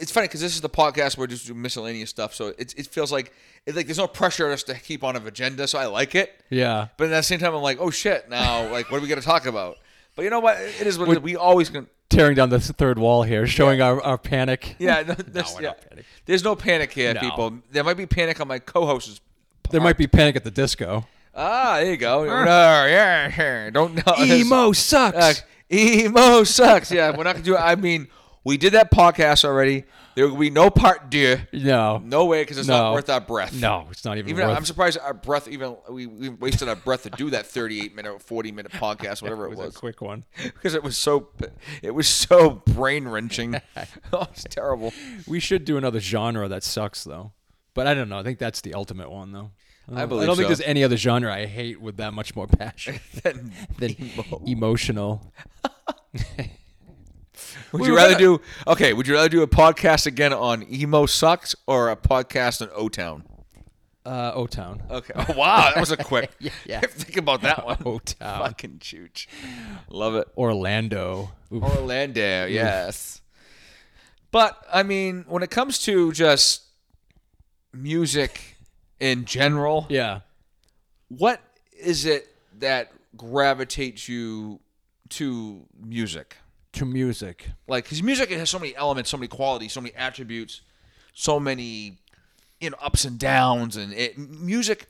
S1: it's funny because this is the podcast where we just do miscellaneous stuff, so it, it feels like it, like there's no pressure on us to keep on an agenda. So I like it.
S2: Yeah.
S1: But at the same time, I'm like, oh shit, now like what are we gonna talk about? But you know what? It is what it is. we always can.
S2: tearing down the third wall here, showing our, our panic.
S1: Yeah, no, there's,
S2: we're
S1: yeah.
S2: not panic.
S1: there's no panic here,
S2: No.
S1: people. There might be panic on my co-host's. part.
S2: There might be panic at the disco.
S1: Ah, there you go. no, yeah, yeah. don't know.
S2: Emo sucks.
S1: Uh, emo sucks. Yeah, we're not gonna do. it. I mean, we did that podcast already. There will be no part deux.
S2: no,
S1: No way, because it's
S2: No.
S1: not worth our breath.
S2: no, it's not even,
S1: Even
S2: worth.
S1: I'm surprised our breath. Even we, we wasted our breath to do that 38 minute, 40 minute podcast, whatever it
S2: it was
S1: was,
S2: a quick one.
S1: because it was so it was so brain wrenching. oh, it's terrible.
S2: We should do another genre that sucks though. But I don't know. I think that's the ultimate one though.
S1: I
S2: don't- Mm. I
S1: believe
S2: don't think
S1: so.
S2: there's any other genre I hate with that much more passion
S1: Then,
S2: than emotional.
S1: would
S2: We
S1: you
S2: were
S1: rather
S2: gonna-
S1: do okay? Would you rather do a podcast again on emo sucks or a podcast on O Town?
S2: Uh, o Town.
S1: Okay. Oh, wow, that was a quick.
S2: Yeah, yeah.
S1: Think about that one.
S2: O-Town.
S1: Fucking chooch. Love it. Mm.
S2: Orlando. Oof.
S1: Orlando, yes. But I mean, when it comes to just music in general,
S2: Yeah.
S1: what is it that gravitates you to music?
S2: To music.
S1: Like, because music it has so many elements, so many qualities, so many attributes, so many you know ups and downs, and it, music,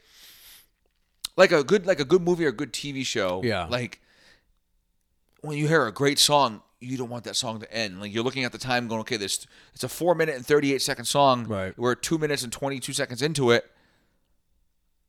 S1: like a good like a good movie or a good TV show.
S2: Yeah.
S1: Like when you hear a great song, you don't want that song to end. Like you're looking at the time, going, okay, this it's a four minute and thirty eight second song.
S2: Right.
S1: We're two minutes and twenty two seconds into it.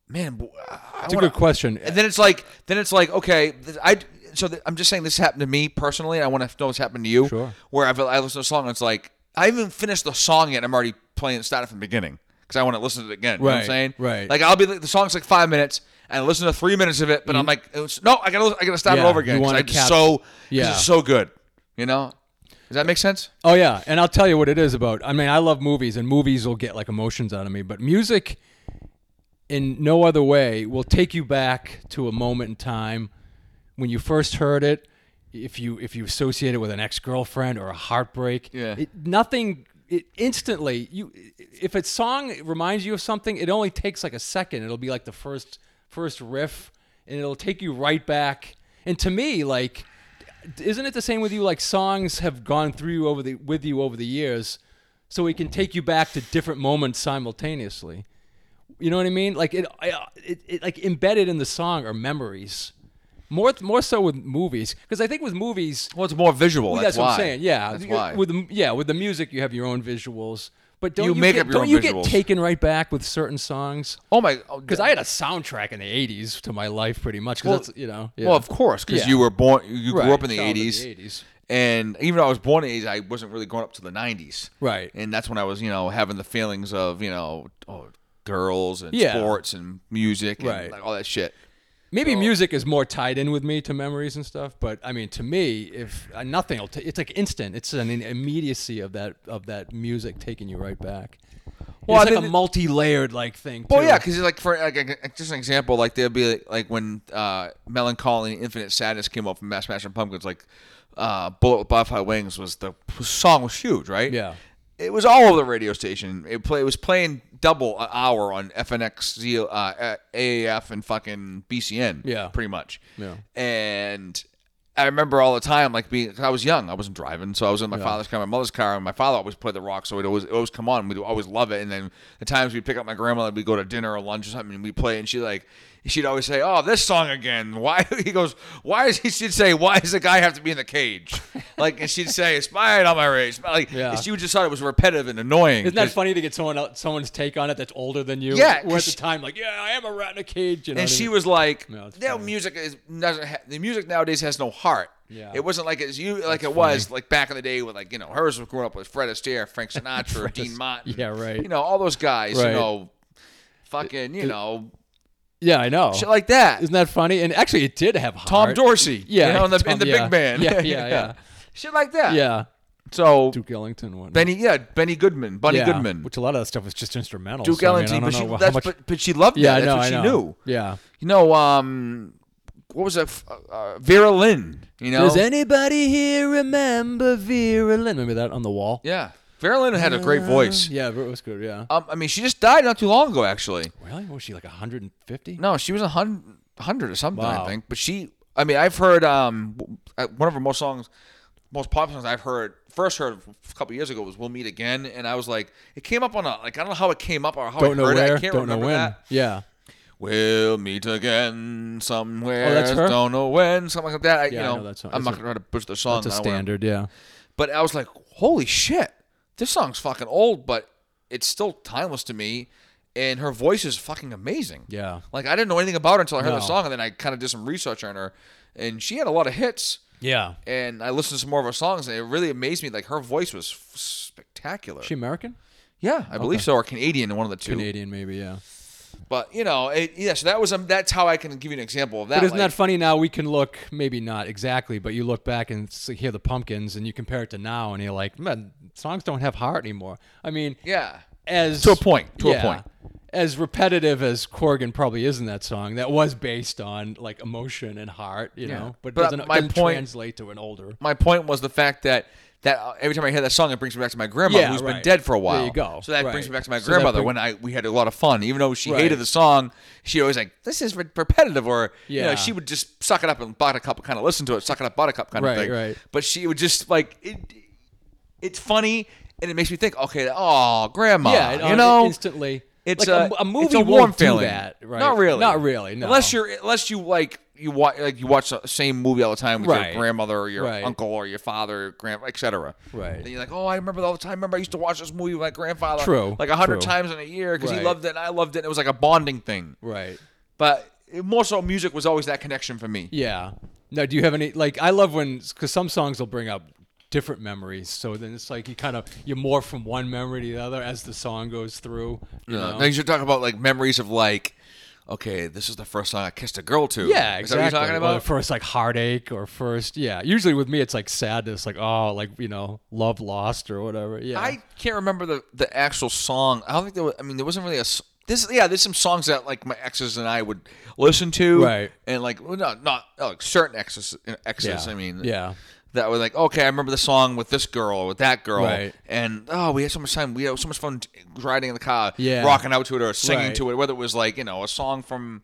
S1: Man, bo- I
S2: It's a
S1: wanna-
S2: good question.
S1: and then it's like, then it's like, okay, th- I. So th- I'm just saying this happened to me personally. and I want to know what's happened to you.
S2: Sure.
S1: Where I've, I listen to a song and it's like I haven't finished the song yet. I'm already playing it started from the beginning because I want to listen to it again. You know what I'm
S2: Right,
S1: saying?
S2: right.
S1: Like I'll be like, the song's like five minutes and I listen to three minutes of it, but I'm like, it was- no, I gotta, I gotta start it
S2: Yeah,
S1: over again.
S2: you
S1: 'cause
S2: wanna
S1: I just
S2: cap-
S1: so, yeah,
S2: Yeah.
S1: it's so good. You know? Does that make sense?
S2: Oh yeah, and I'll tell you what it is about. I mean, I love movies, and movies will get like emotions out of me, but music, in no other way, will take you back to a moment in time when you first heard it. If you if you associate it with an ex girlfriend or a heartbreak,
S1: Yeah.
S2: it, nothing. It instantly you if a song reminds you of something, it only takes like a second. It'll be like the first first riff, and it'll take you right back. And to me, like isn't it the same with you like songs have gone through you over the with you over the years so it can take you back to different moments simultaneously you know what i mean like it, I- uh, it, it like embedded in the song are memories more more so with movies because i think with movies
S1: Well, it's more visual.
S2: that's,
S1: why.
S2: what i'm saying yeah
S1: That's
S2: You-
S1: why.
S2: with the- yeah with the music you have your own visuals but don't
S1: You
S2: you,
S1: make
S2: get,
S1: up your
S2: don't
S1: own
S2: you
S1: visuals.
S2: get taken right back with certain songs
S1: oh my,
S2: because i had a soundtrack in the 80s to my life pretty much 'cause
S1: Well-
S2: that's you know yeah.
S1: Well, of course, because
S2: Yeah.
S1: you were born, you grew
S2: Right,
S1: up in the
S2: child of the
S1: '80s,
S2: 80s.
S1: and even though I was born in the '80s, I wasn't really growing up to the '90s,
S2: Right.
S1: And that's when I was, you know, having the feelings of, you know, oh, girls and
S2: Yeah.
S1: sports and music and
S2: Right.
S1: like all that shit.
S2: Maybe music is more tied in with me to memories and stuff, but I mean, to me, if uh, nothing, will t- it's like instant. It's an immediacy of that of that music taking you right back.
S1: Well,
S2: Well,
S1: I
S2: it's like
S1: think-
S2: a multi-layered like thing. Too.
S1: Well, yeah, because like for like, like, just an example, like there'll be like, like when uh, "Melancholy" and "Infinite Sadness" came out from Mass Master and Pumpkins, like uh, "Bullet with Butterfly Wings" was the song was huge, right?
S2: Yeah.
S1: it was all over the radio station. It play it was playing double an hour on FNX, Z, uh, AAF, and fucking BCN.
S2: Yeah.
S1: pretty much.
S2: Yeah.
S1: and. I remember all the time, like being, 'cause I was young, I wasn't driving, so I was in my father's car, my mother's car, and my father always played the rock, so it always, it always come on. We'd always love it, and then the times we'd pick up my grandma, and we'd go to dinner or lunch or something, and we'd play, and she like, she'd always say, "Oh, this song again." Why he goes, "Why is he?" She'd say, "Why does the guy have to be in the cage?" Like, and she'd say, "Spied on my race," like
S2: Yeah.
S1: she would just thought it was repetitive and annoying.
S2: Isn't that
S1: 'cause-
S2: funny to get someone else, someone's take on it that's older than you?
S1: Yeah,
S2: Where at
S1: 'cause-
S2: the time, like, yeah, I am a rat in a cage. You know
S1: and
S2: what I
S1: she
S2: mean?
S1: was like,
S2: No, it's
S1: "No,
S2: funny.
S1: music is doesn't ha- the music nowadays has no heart."
S2: Yeah.
S1: It wasn't like it's you like it was like back in the day with like you know hers was growing up with Fred Astaire, Frank Sinatra, Dean Martin,
S2: yeah, right.
S1: you know all those guys, you
S2: Right. Oh.
S1: know, fucking you know
S2: yeah, I know.
S1: shit like that.
S2: Isn't that funny? And actually, it did have heart.
S1: Tom Dorsey,
S2: Yeah,
S1: you know, in the, in
S2: Tom-
S1: the
S2: yeah.
S1: big man,
S2: Yeah, yeah, yeah.
S1: shit like that.
S2: Yeah,
S1: So
S2: Duke Ellington one.
S1: Benny, yeah, Benny Goodman, Bunny
S2: yeah,
S1: Goodman,
S2: Which a lot of that stuff was just instrumental.
S1: Duke
S2: so, I mean, I
S1: Ellington,
S2: don't
S1: but
S2: know
S1: she
S2: how
S1: that's
S2: much-
S1: but, but she loved that.
S2: yeah, I
S1: That's
S2: know,
S1: what
S2: I
S1: she
S2: know.
S1: knew.
S2: Yeah.
S1: You know, um, what was that? Uh, Vera Lynn. You know,
S2: Does anybody here remember Vera Lynn? Remember that on the wall?
S1: yeah, Vera Lynn had a great voice.
S2: Yeah, Vera was good. Yeah.
S1: Um, I mean, she just died not too long ago, actually.
S2: really? What was she like 150?
S1: No, she was a hundred, hundred or something, I
S2: Wow.
S1: think. But she, I mean, I've heard um, w- uh, one of her most songs, most popular songs I've heard first heard a couple years ago was "We'll Meet Again," and I was like, it came up on a like I don't know how it came up or how I
S2: Don't know
S1: heard
S2: where.
S1: it. I can't
S2: don't know
S1: remember
S2: when.
S1: that.
S2: Yeah.
S1: We'll meet again somewhere.
S2: Oh, that's her?
S1: Don't know when, something like that. I,
S2: Yeah,
S1: you
S2: I
S1: know,
S2: know that song.
S1: I'm not
S2: It's a-
S1: gonna try to push the song.
S2: It's a
S1: I don't wanna-
S2: standard. Yeah.
S1: But I was like, holy shit, this song's fucking old, but it's still timeless to me. And her voice is fucking amazing.
S2: Yeah.
S1: Like I didn't know anything about her until I heard the
S2: No.
S1: song, and then I kind of did some research on her, and she had a lot of hits.
S2: Yeah.
S1: And I listened to some more of her songs, and it really amazed me. Like her voice was f- spectacular.
S2: She American?
S1: yeah, I believe so, or Canadian, one of the two.
S2: Canadian, maybe. Yeah.
S1: But you know, it, yeah. So that was um, that's how I can give you an example of that.
S2: But isn't
S1: like-
S2: that funny? Now we can look, maybe not exactly, but you look back and see, hear the pumpkins, and you compare it to now, and you're like, man, songs don't have heart anymore. I mean,
S1: yeah.
S2: as
S1: To a point, to a point.
S2: as repetitive as Corgan probably is in that song, that was based on like emotion and heart, you know, but,
S1: But
S2: doesn't,
S1: my
S2: doesn't
S1: point-
S2: translate to an older.
S1: my point was the fact that that uh, every time I hear that song, it brings me back to my grandma,
S2: Yeah,
S1: who's been
S2: right.
S1: dead for a while.
S2: There you go.
S1: So that
S2: Right.
S1: brings me back to my
S2: So that
S1: grandmother
S2: bring-
S1: when I we had a lot of fun, even though she
S2: Right.
S1: hated the song. She always like this is re- repetitive, or you know,
S2: Yeah.
S1: she would just suck it up and buttercup kind of listen to it, suck it up buttercup kind
S2: Right,
S1: of thing.
S2: right.
S1: But she would just like it. It's funny, and it makes me think. Okay, oh, grandma,
S2: yeah, it- uh,
S1: you know,
S2: instantly.
S1: it's
S2: like
S1: a,
S2: a, movie
S1: It's a
S2: won't
S1: warm
S2: do
S1: feeling.
S2: that, right?
S1: Not really.
S2: Not really. No.
S1: Unless you're unless you like you watch like you watch the same movie all the time with
S2: Right.
S1: your grandmother or your
S2: Right.
S1: uncle or your father, grand, etc.
S2: Right.
S1: Then you're like, oh, I remember all the time. Remember, I used to watch this movie with my grandfather.
S2: True,
S1: Like a hundred
S2: true.
S1: times in a year because he
S2: Right.
S1: loved it and I loved it. And it was like a bonding thing.
S2: right.
S1: But it, more so, music was always that connection for me.
S2: Yeah. Now, do you have any like? I love when because some songs will bring up different memories. So then it's like you kind of you morph from one memory to the other as the song goes through. You
S1: Uh,
S2: know?
S1: Now you should talk about like memories of like, okay, this is the first song I kissed a girl to.
S2: Yeah,
S1: Is that what
S2: exactly.
S1: you're talking
S2: Or
S1: about?
S2: the first like heartache or first yeah. Usually with me it's like sadness, like oh like you know love lost or whatever. Yeah.
S1: I can't remember the the actual song. I don't think there was. I mean, there wasn't really a. s- This yeah, there's some songs that like my exes and I would listen to,
S2: Right.
S1: And like, well, not not oh, like certain exes.
S2: yeah.
S1: Exes, I mean,
S2: yeah.
S1: that were like, okay, I remember the song with this girl or with that girl,
S2: Right.
S1: and oh, we had so much time. We had so much fun riding in the car,
S2: Yeah.
S1: rocking out to it or singing
S2: Right.
S1: to it, whether it was like you know a song from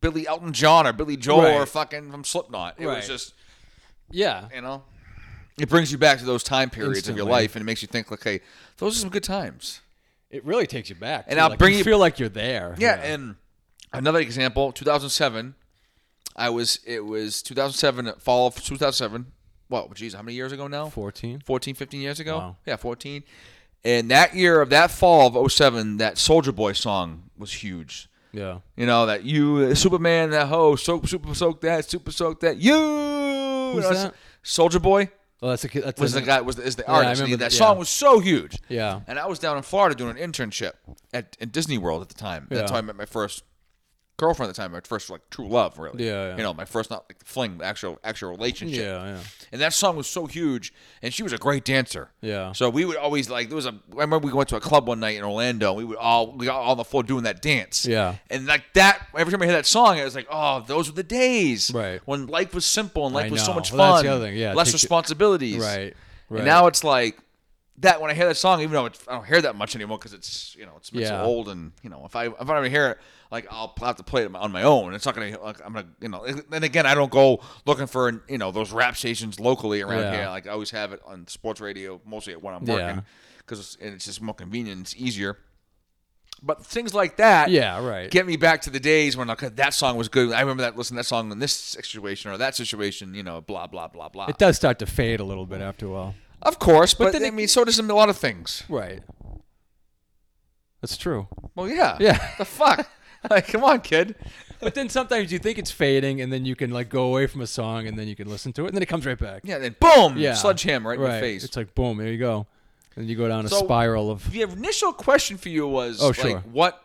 S1: Billy Elton John or Billy Joel or
S2: Right.
S1: fucking from Slipknot. It
S2: Right.
S1: was just
S2: Yeah.
S1: you know. It brings you back to those time periods of
S2: Instantly.
S1: your life, and it makes you think, like, hey, those are some good times.
S2: It really takes you back.
S1: And
S2: too.
S1: I'll
S2: Like,
S1: bring
S2: you
S1: you-
S2: feel like you're there.
S1: Yeah, and another example, 2007. I was it was 2007 fall of 2007. What? Geez, how many years ago now?
S2: Fourteen.
S1: 14, 15 years ago.
S2: Wow.
S1: Yeah, 14. And that year of that fall of 07, that Soldier Boy song was huge.
S2: Yeah.
S1: You know that you Superman that ho soak super soak that super soak that you.
S2: Who's that?
S1: Soldier Boy
S2: Well, Oh, that's a that's
S1: was the
S2: an-
S1: guy was the, is the
S2: I
S1: artist. and
S2: remember
S1: that
S2: that,
S1: song
S2: yeah.
S1: was so huge.
S2: Yeah.
S1: And I was down in Florida doing an internship at in Disney World at the time. That's
S2: Yeah.
S1: how I met my first girlfriend at the time, my first like true love, really.
S2: Yeah, yeah.
S1: You know, my first not like fling, the actual actual relationship.
S2: Yeah. Yeah.
S1: And that song was so huge, and she was a great dancer.
S2: Yeah.
S1: So we would always like there was a. I remember we went to a club one night in Orlando. And we would all we got all on the floor doing that dance.
S2: Yeah.
S1: And like that, every time I hear that song, I was like, oh, those were the days.
S2: Right.
S1: When life was simple and life was so
S2: know.
S1: much fun.
S2: Well, that's the other thing, yeah, it
S1: Less
S2: takes you-
S1: responsibilities.
S2: Right. Right.
S1: And now it's like that. When I hear that song, even though it's, I don't hear that much anymore because it's you know it's been so
S2: Yeah.
S1: old and you know if I if I don't hear it, like I'll have to play it on my own. It's not gonna like I'm gonna you know. And again, I don't go looking for you know those rap stations locally around
S2: Yeah.
S1: here. Like I always have it on sports radio, mostly when I'm
S2: Yeah.
S1: working, because it's, it's just more convenient. It's easier. But things like that,
S2: Yeah. Right.
S1: get me back to the days when like that song was good. I remember that listen to that song in this situation or that situation. You know, blah blah blah blah.
S2: it does start to fade a little bit after a while.
S1: Of course, but,
S2: But
S1: then
S2: then
S1: I
S2: it-
S1: mean, so does a lot of things.
S2: Right. That's true.
S1: Well, yeah,
S2: Yeah.
S1: The fuck, like, come on, kid.
S2: But then sometimes you think it's fading, and then you can like go away from a song, and then you can listen to it, and then it comes right back.
S1: Yeah, then boom,
S2: Yeah.
S1: sledgehammer right, in your face.
S2: It's like boom, there you go, and you go down a
S1: So-
S2: spiral of.
S1: the initial question for you was,
S2: Oh,
S1: like,
S2: sure.
S1: what?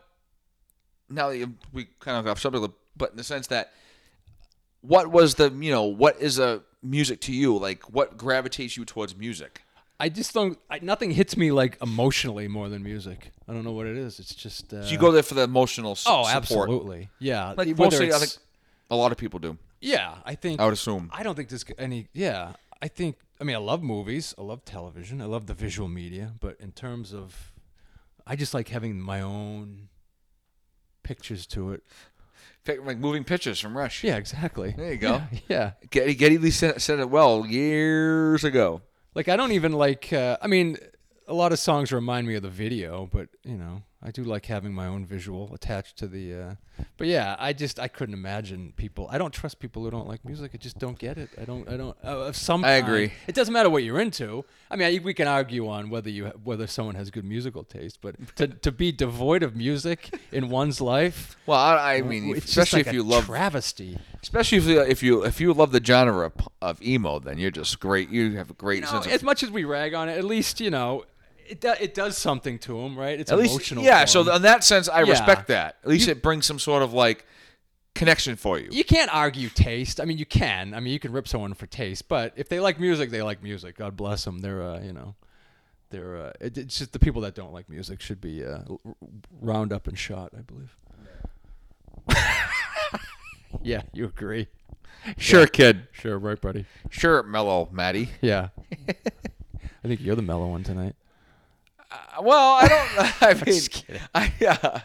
S1: Now that you- we kind of got off subject, but in the sense that, what was the you know what is a music to you? Like, what gravitates you towards music?
S2: I just don't. I, nothing hits me like emotionally more than music. I don't know what it is. It's just. Uh,
S1: Do you go there for the emotional s-
S2: Oh,
S1: support?
S2: absolutely. Yeah.
S1: Like
S2: whether
S1: mostly, I
S2: it's-
S1: think Oh. a lot of people do.
S2: Yeah, I think.
S1: I would assume.
S2: I don't think there's any. Yeah, I think. I mean, I love movies. I love television. I love the visual media. But in terms of, I just like having my own pictures to it.
S1: Pick- Like moving pictures from Rush.
S2: Yeah, exactly.
S1: There you go.
S2: Yeah. yeah.
S1: Getty, Getty Lee said, said it well years ago.
S2: Like I don't even like. Uh, I mean, a lot of songs remind me of the video, but you know, I do like having my own visual attached to the. Uh, but yeah, I just I couldn't imagine people. I don't trust people who don't like music. I just don't get it. I don't. I don't. Uh, of some.
S1: I
S2: kind.
S1: agree.
S2: It doesn't matter what you're into. I mean, I, we can argue on whether you whether someone has good musical taste, but to to be devoid of music in one's life,
S1: Well, I, I mean,
S2: it's just
S1: especially
S2: like
S1: if
S2: a
S1: you love,
S2: travesty.
S1: especially if you, if you if you love the genre of- of emo, then you're just great. You have a great
S2: No,
S1: sense of
S2: as much as we rag on it, at least you know it. Do, it does something to him, right? It's
S1: at least,
S2: emotional.
S1: yeah.
S2: for
S1: So
S2: him.
S1: in that sense, I
S2: Yeah.
S1: respect that. At least it brings some sort of like connection for you.
S2: you can't argue taste. I mean, you can. I mean, you can rip someone for taste, but if they like music, they like music. God bless them. They're, uh, you know, they're. Uh, it, it's just the people that don't like music should be uh, r- round up and shot. I believe. yeah, you agree?
S1: Sure, kid.
S2: Sure, right, buddy.
S1: Sure, mellow, Maddie.
S2: Yeah. I think you're the mellow one tonight.
S1: Uh, well, I don't. I mean,
S2: Just kidding.
S1: I, yeah,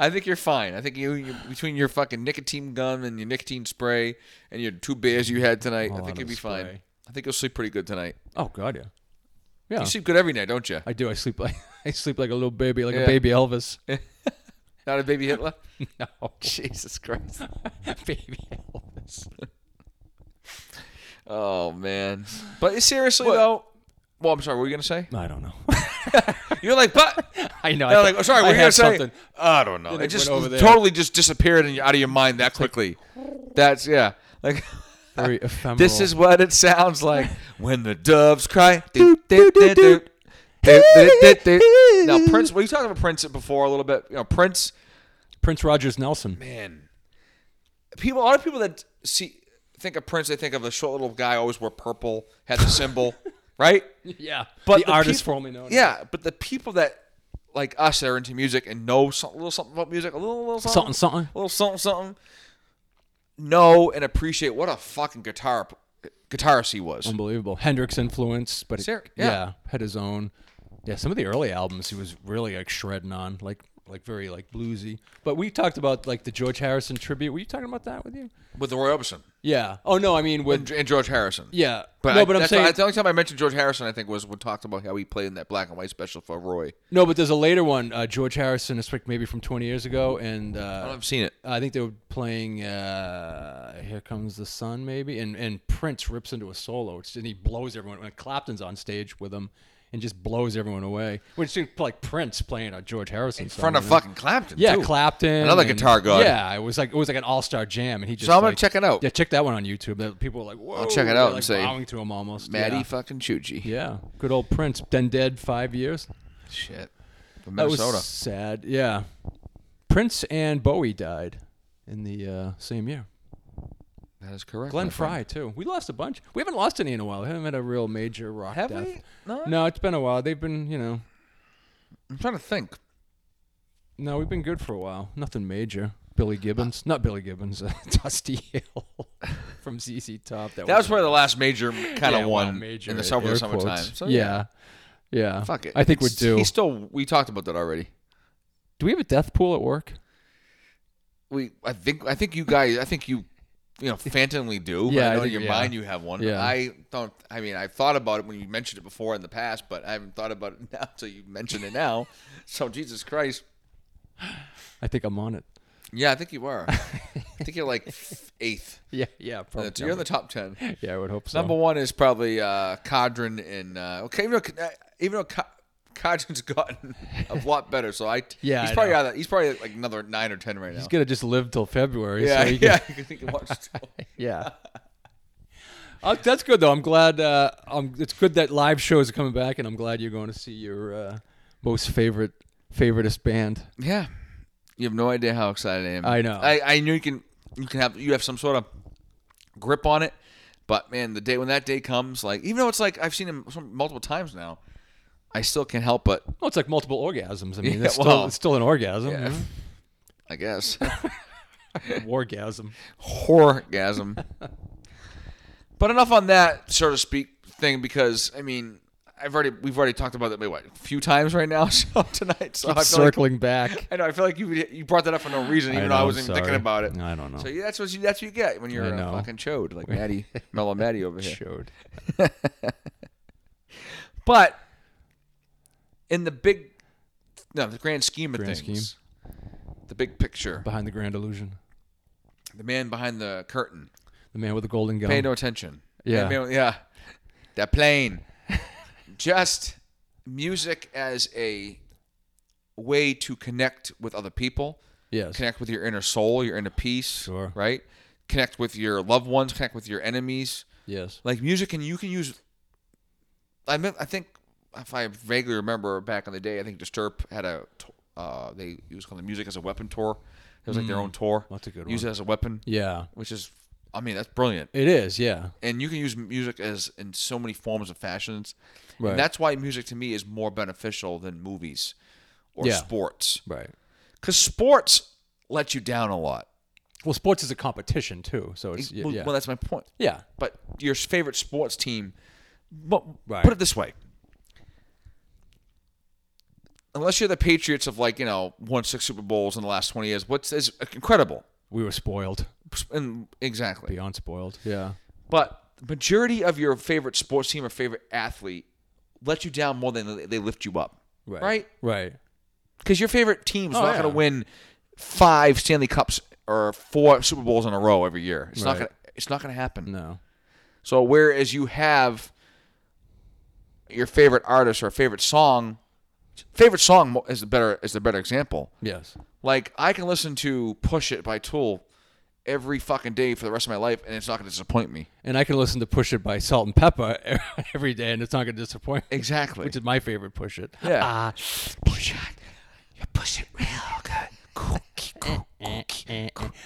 S1: I think you're fine. I think you, you between your fucking nicotine gum and your nicotine spray and your two beers you had tonight,
S2: A
S1: I
S2: lot
S1: think
S2: of
S1: you'll be fine.
S2: spray.
S1: I think you'll sleep pretty good tonight.
S2: Oh God, yeah. Yeah.
S1: You sleep good every night, don't you?
S2: I do. I sleep like I sleep like a little baby, like
S1: Yeah.
S2: a baby Elvis.
S1: Not a baby Hitler.
S2: no,
S1: Jesus Christ.
S2: baby Elvis.
S1: Oh man. But seriously
S2: What?
S1: though. Well, I'm sorry. What were you gonna say?
S2: I don't know.
S1: You're like, but
S2: I know. I
S1: they're
S2: thought-
S1: like, oh, sorry,
S2: I
S1: we're gonna
S2: had
S1: say.
S2: something.
S1: I don't know.
S2: Then
S1: It
S2: it
S1: just
S2: went over there.
S1: totally just disappeared and out of your mind that quickly. That's yeah. Like
S2: Very ephemeral.
S1: this is what it sounds like when the doves cry. Doot, doot, doot, doot. Doot, doot, doot, doot. Now Prince, we talked about Prince before a little bit. You know, Prince,
S2: Prince Rogers Nelson.
S1: man, people, a lot of people that see think of Prince, they think of a short little guy always wore purple, had the symbol, right?
S2: Yeah,
S1: But
S2: but the,
S1: the
S2: artist
S1: peop-
S2: formerly known. as-
S1: Yeah, but the people that like us that are into music and know some, a little something about music, a little, little something,
S2: something, something.
S1: a little something, something, know and appreciate what a fucking guitar guitarist he was.
S2: Unbelievable. Hendrix influence, but it,
S1: Ser- yeah.
S2: yeah. had his own. Yeah, some of the early albums he was really like shredding on, like like very like bluesy. But we talked about like the George Harrison tribute. Were you talking about that with you?
S1: With the Roy Orbison
S2: Yeah. Oh no, I mean with
S1: and, and George Harrison.
S2: yeah.
S1: But,
S2: no,
S1: I,
S2: but I'm
S1: that's
S2: saying
S1: why- the only time I mentioned George Harrison, I think, was when talked about how he played in that black and white special for Roy.
S2: no, but there's a later one. Uh, George Harrison, it's like maybe from 20 years ago, and
S1: I
S2: uh,
S1: don't know if I've seen it.
S2: I think they were playing uh, "Here Comes the Sun," maybe, and and Prince rips into a solo, it's- and he blows everyone. When Clapton's on stage with him, and just blows everyone away. Which seemed like Prince playing a George Harrison
S1: In
S2: song,
S1: front of
S2: you know?
S1: fucking Clapton.
S2: yeah,
S1: too.
S2: Clapton,
S1: Another
S2: and-
S1: guitar god.
S2: Yeah, it was like it was like an all-star jam, and he just.
S1: So I'm going
S2: like-
S1: to check it out.
S2: Yeah, check that one on YouTube. That people were like, "Whoa!"
S1: I'll check it
S2: they're,
S1: out and
S2: like
S1: say,
S2: bowing to him almost.
S1: Maddie
S2: yeah.
S1: fucking Chuchi.
S2: yeah, good old Prince, been dead five years.
S1: Shit. From
S2: That was
S1: Minnesota.
S2: sad. Yeah, Prince and Bowie died in the uh, same year.
S1: that is correct.
S2: Glenn
S1: my friend.
S2: Fry too. We lost a bunch. We haven't lost any in a while. We haven't had a real major rock
S1: Have
S2: death.
S1: we? No?
S2: No, it's been a while. They've been, you know,
S1: I'm trying to think.
S2: no, we've been good for a while. Nothing major. Billy Gibbons, not Billy Gibbons, uh, Dusty Hill from ZZ Top. That,
S1: That was probably the last major kind
S2: yeah,
S1: of
S2: well,
S1: one
S2: major
S1: in the
S2: air
S1: summer,
S2: quotes.
S1: summertime. So,
S2: yeah. yeah,
S1: Fuck it.
S2: I think we're
S1: It's-
S2: due.
S1: He's still. We talked about that already.
S2: Do we have a death pool at work?
S1: We. I think. I think you guys. I think you. You know, phantomly do.
S2: Yeah,
S1: I know
S2: I
S1: in
S2: think-
S1: your
S2: yeah.
S1: mind you have one.
S2: Yeah.
S1: I don't. I mean, I've thought about it when you mentioned it before in the past, but I haven't thought about it now until you mentioned it now. So Jesus Christ.
S2: I think I'm on it.
S1: Yeah, I think you are. I think you're like eighth.
S2: Yeah, yeah,
S1: Uh,
S2: probably.
S1: you're in the top ten.
S2: yeah, I would hope so.
S1: Number one is probably uh, Cadron and uh, okay, even though uh, even though Ca- Cadron's gotten a lot better, so I
S2: Yeah,
S1: he's
S2: I
S1: probably
S2: know.
S1: out of, he's probably like another nine or ten right now.
S2: He's gonna just live till February.
S1: yeah,
S2: so he can-
S1: yeah, you can think of watch.
S2: Yeah. Uh, that's good though. I'm glad. Uh, um, it's good that live shows are coming back, and I'm glad you're going to see your uh, most favorite favoriteest band.
S1: yeah, you have no idea how excited I am.
S2: I know.
S1: I, I knew you can you can have you have some sort of grip on it, but man, the day when that day comes, like even though it's like I've seen him some- multiple times now, I still can't help but
S2: Well, it's like multiple orgasms. I mean,
S1: Yeah,
S2: it's, still,
S1: well,
S2: it's still an orgasm.
S1: yeah.
S2: you
S1: I guess.
S2: know? orgasm.
S1: horgasm. but enough on that, so to speak, thing because I mean, I've already we've already talked about that maybe what a few times right now so tonight. So I feel like,
S2: circling back.
S1: I know I feel like you you brought that up for no reason, even though I
S2: know,
S1: wasn't even thinking
S2: sorry.
S1: about it.
S2: I don't know.
S1: So yeah, that's what you, that's what you get when you're
S2: I
S1: a
S2: know.
S1: fucking chode like Maddie Mellow Maddie over here.
S2: Showed.
S1: But in the big, no, the grand scheme of
S2: Grand
S1: things, the big picture,
S2: Behind the grand illusion.
S1: the man behind the curtain,
S2: The man with the golden gun.
S1: pay no attention.
S2: Um, Yeah.
S1: Man- yeah. That plane. Just music as a way to connect with other people,
S2: yes.
S1: connect with your inner soul, your inner peace,
S2: Sure.
S1: right? Connect with your loved ones, connect with your enemies.
S2: yes.
S1: like music and you can use I mean, I think if I vaguely remember back in the day I think Disturb had a t- uh, they used called the music as a weapon tour it was like their own tour
S2: Mm. That's a good
S1: use it as a weapon
S2: Yeah.
S1: which is I mean that's brilliant
S2: It is. Yeah.
S1: and you can use music as in so many forms and fashions
S2: Right.
S1: and that's why music to me is more beneficial than movies or
S2: Yeah.
S1: sports
S2: Right.
S1: because sports let you down a lot
S2: Well, sports is a competition too, so it's yeah.
S1: well,
S2: yeah.
S1: well that's my point
S2: yeah.
S1: but your favorite sports team. But
S2: Right.
S1: put it this way: unless you're the Patriots of like you know won six Super Bowls in the last twenty years, what's is incredible
S2: We were spoiled,
S1: and exactly.
S2: beyond spoiled. Yeah.
S1: But the majority of your favorite sports team or favorite athlete let you down more than they- they lift you up,
S2: Right.
S1: right?
S2: Right.
S1: Because your favorite team's
S2: Oh,
S1: not
S2: yeah.
S1: going to win five Stanley Cups or four Super Bowls in a row every year. It's not
S2: Right.
S1: gonna. It's not going to happen.
S2: No.
S1: So whereas you have your favorite artist or favorite song, favorite song mo- is the better is the better example.
S2: Yes.
S1: Like I can listen to "Push It" by Tool every fucking day for the rest of my life, and it's not going to disappoint me.
S2: And I can listen to "Push It" by Salt and Pepper every day, and it's not going to disappoint. me,
S1: Exactly.
S2: Which is my favorite "Push It."
S1: Yeah.
S2: Ah, push it. You push it real good.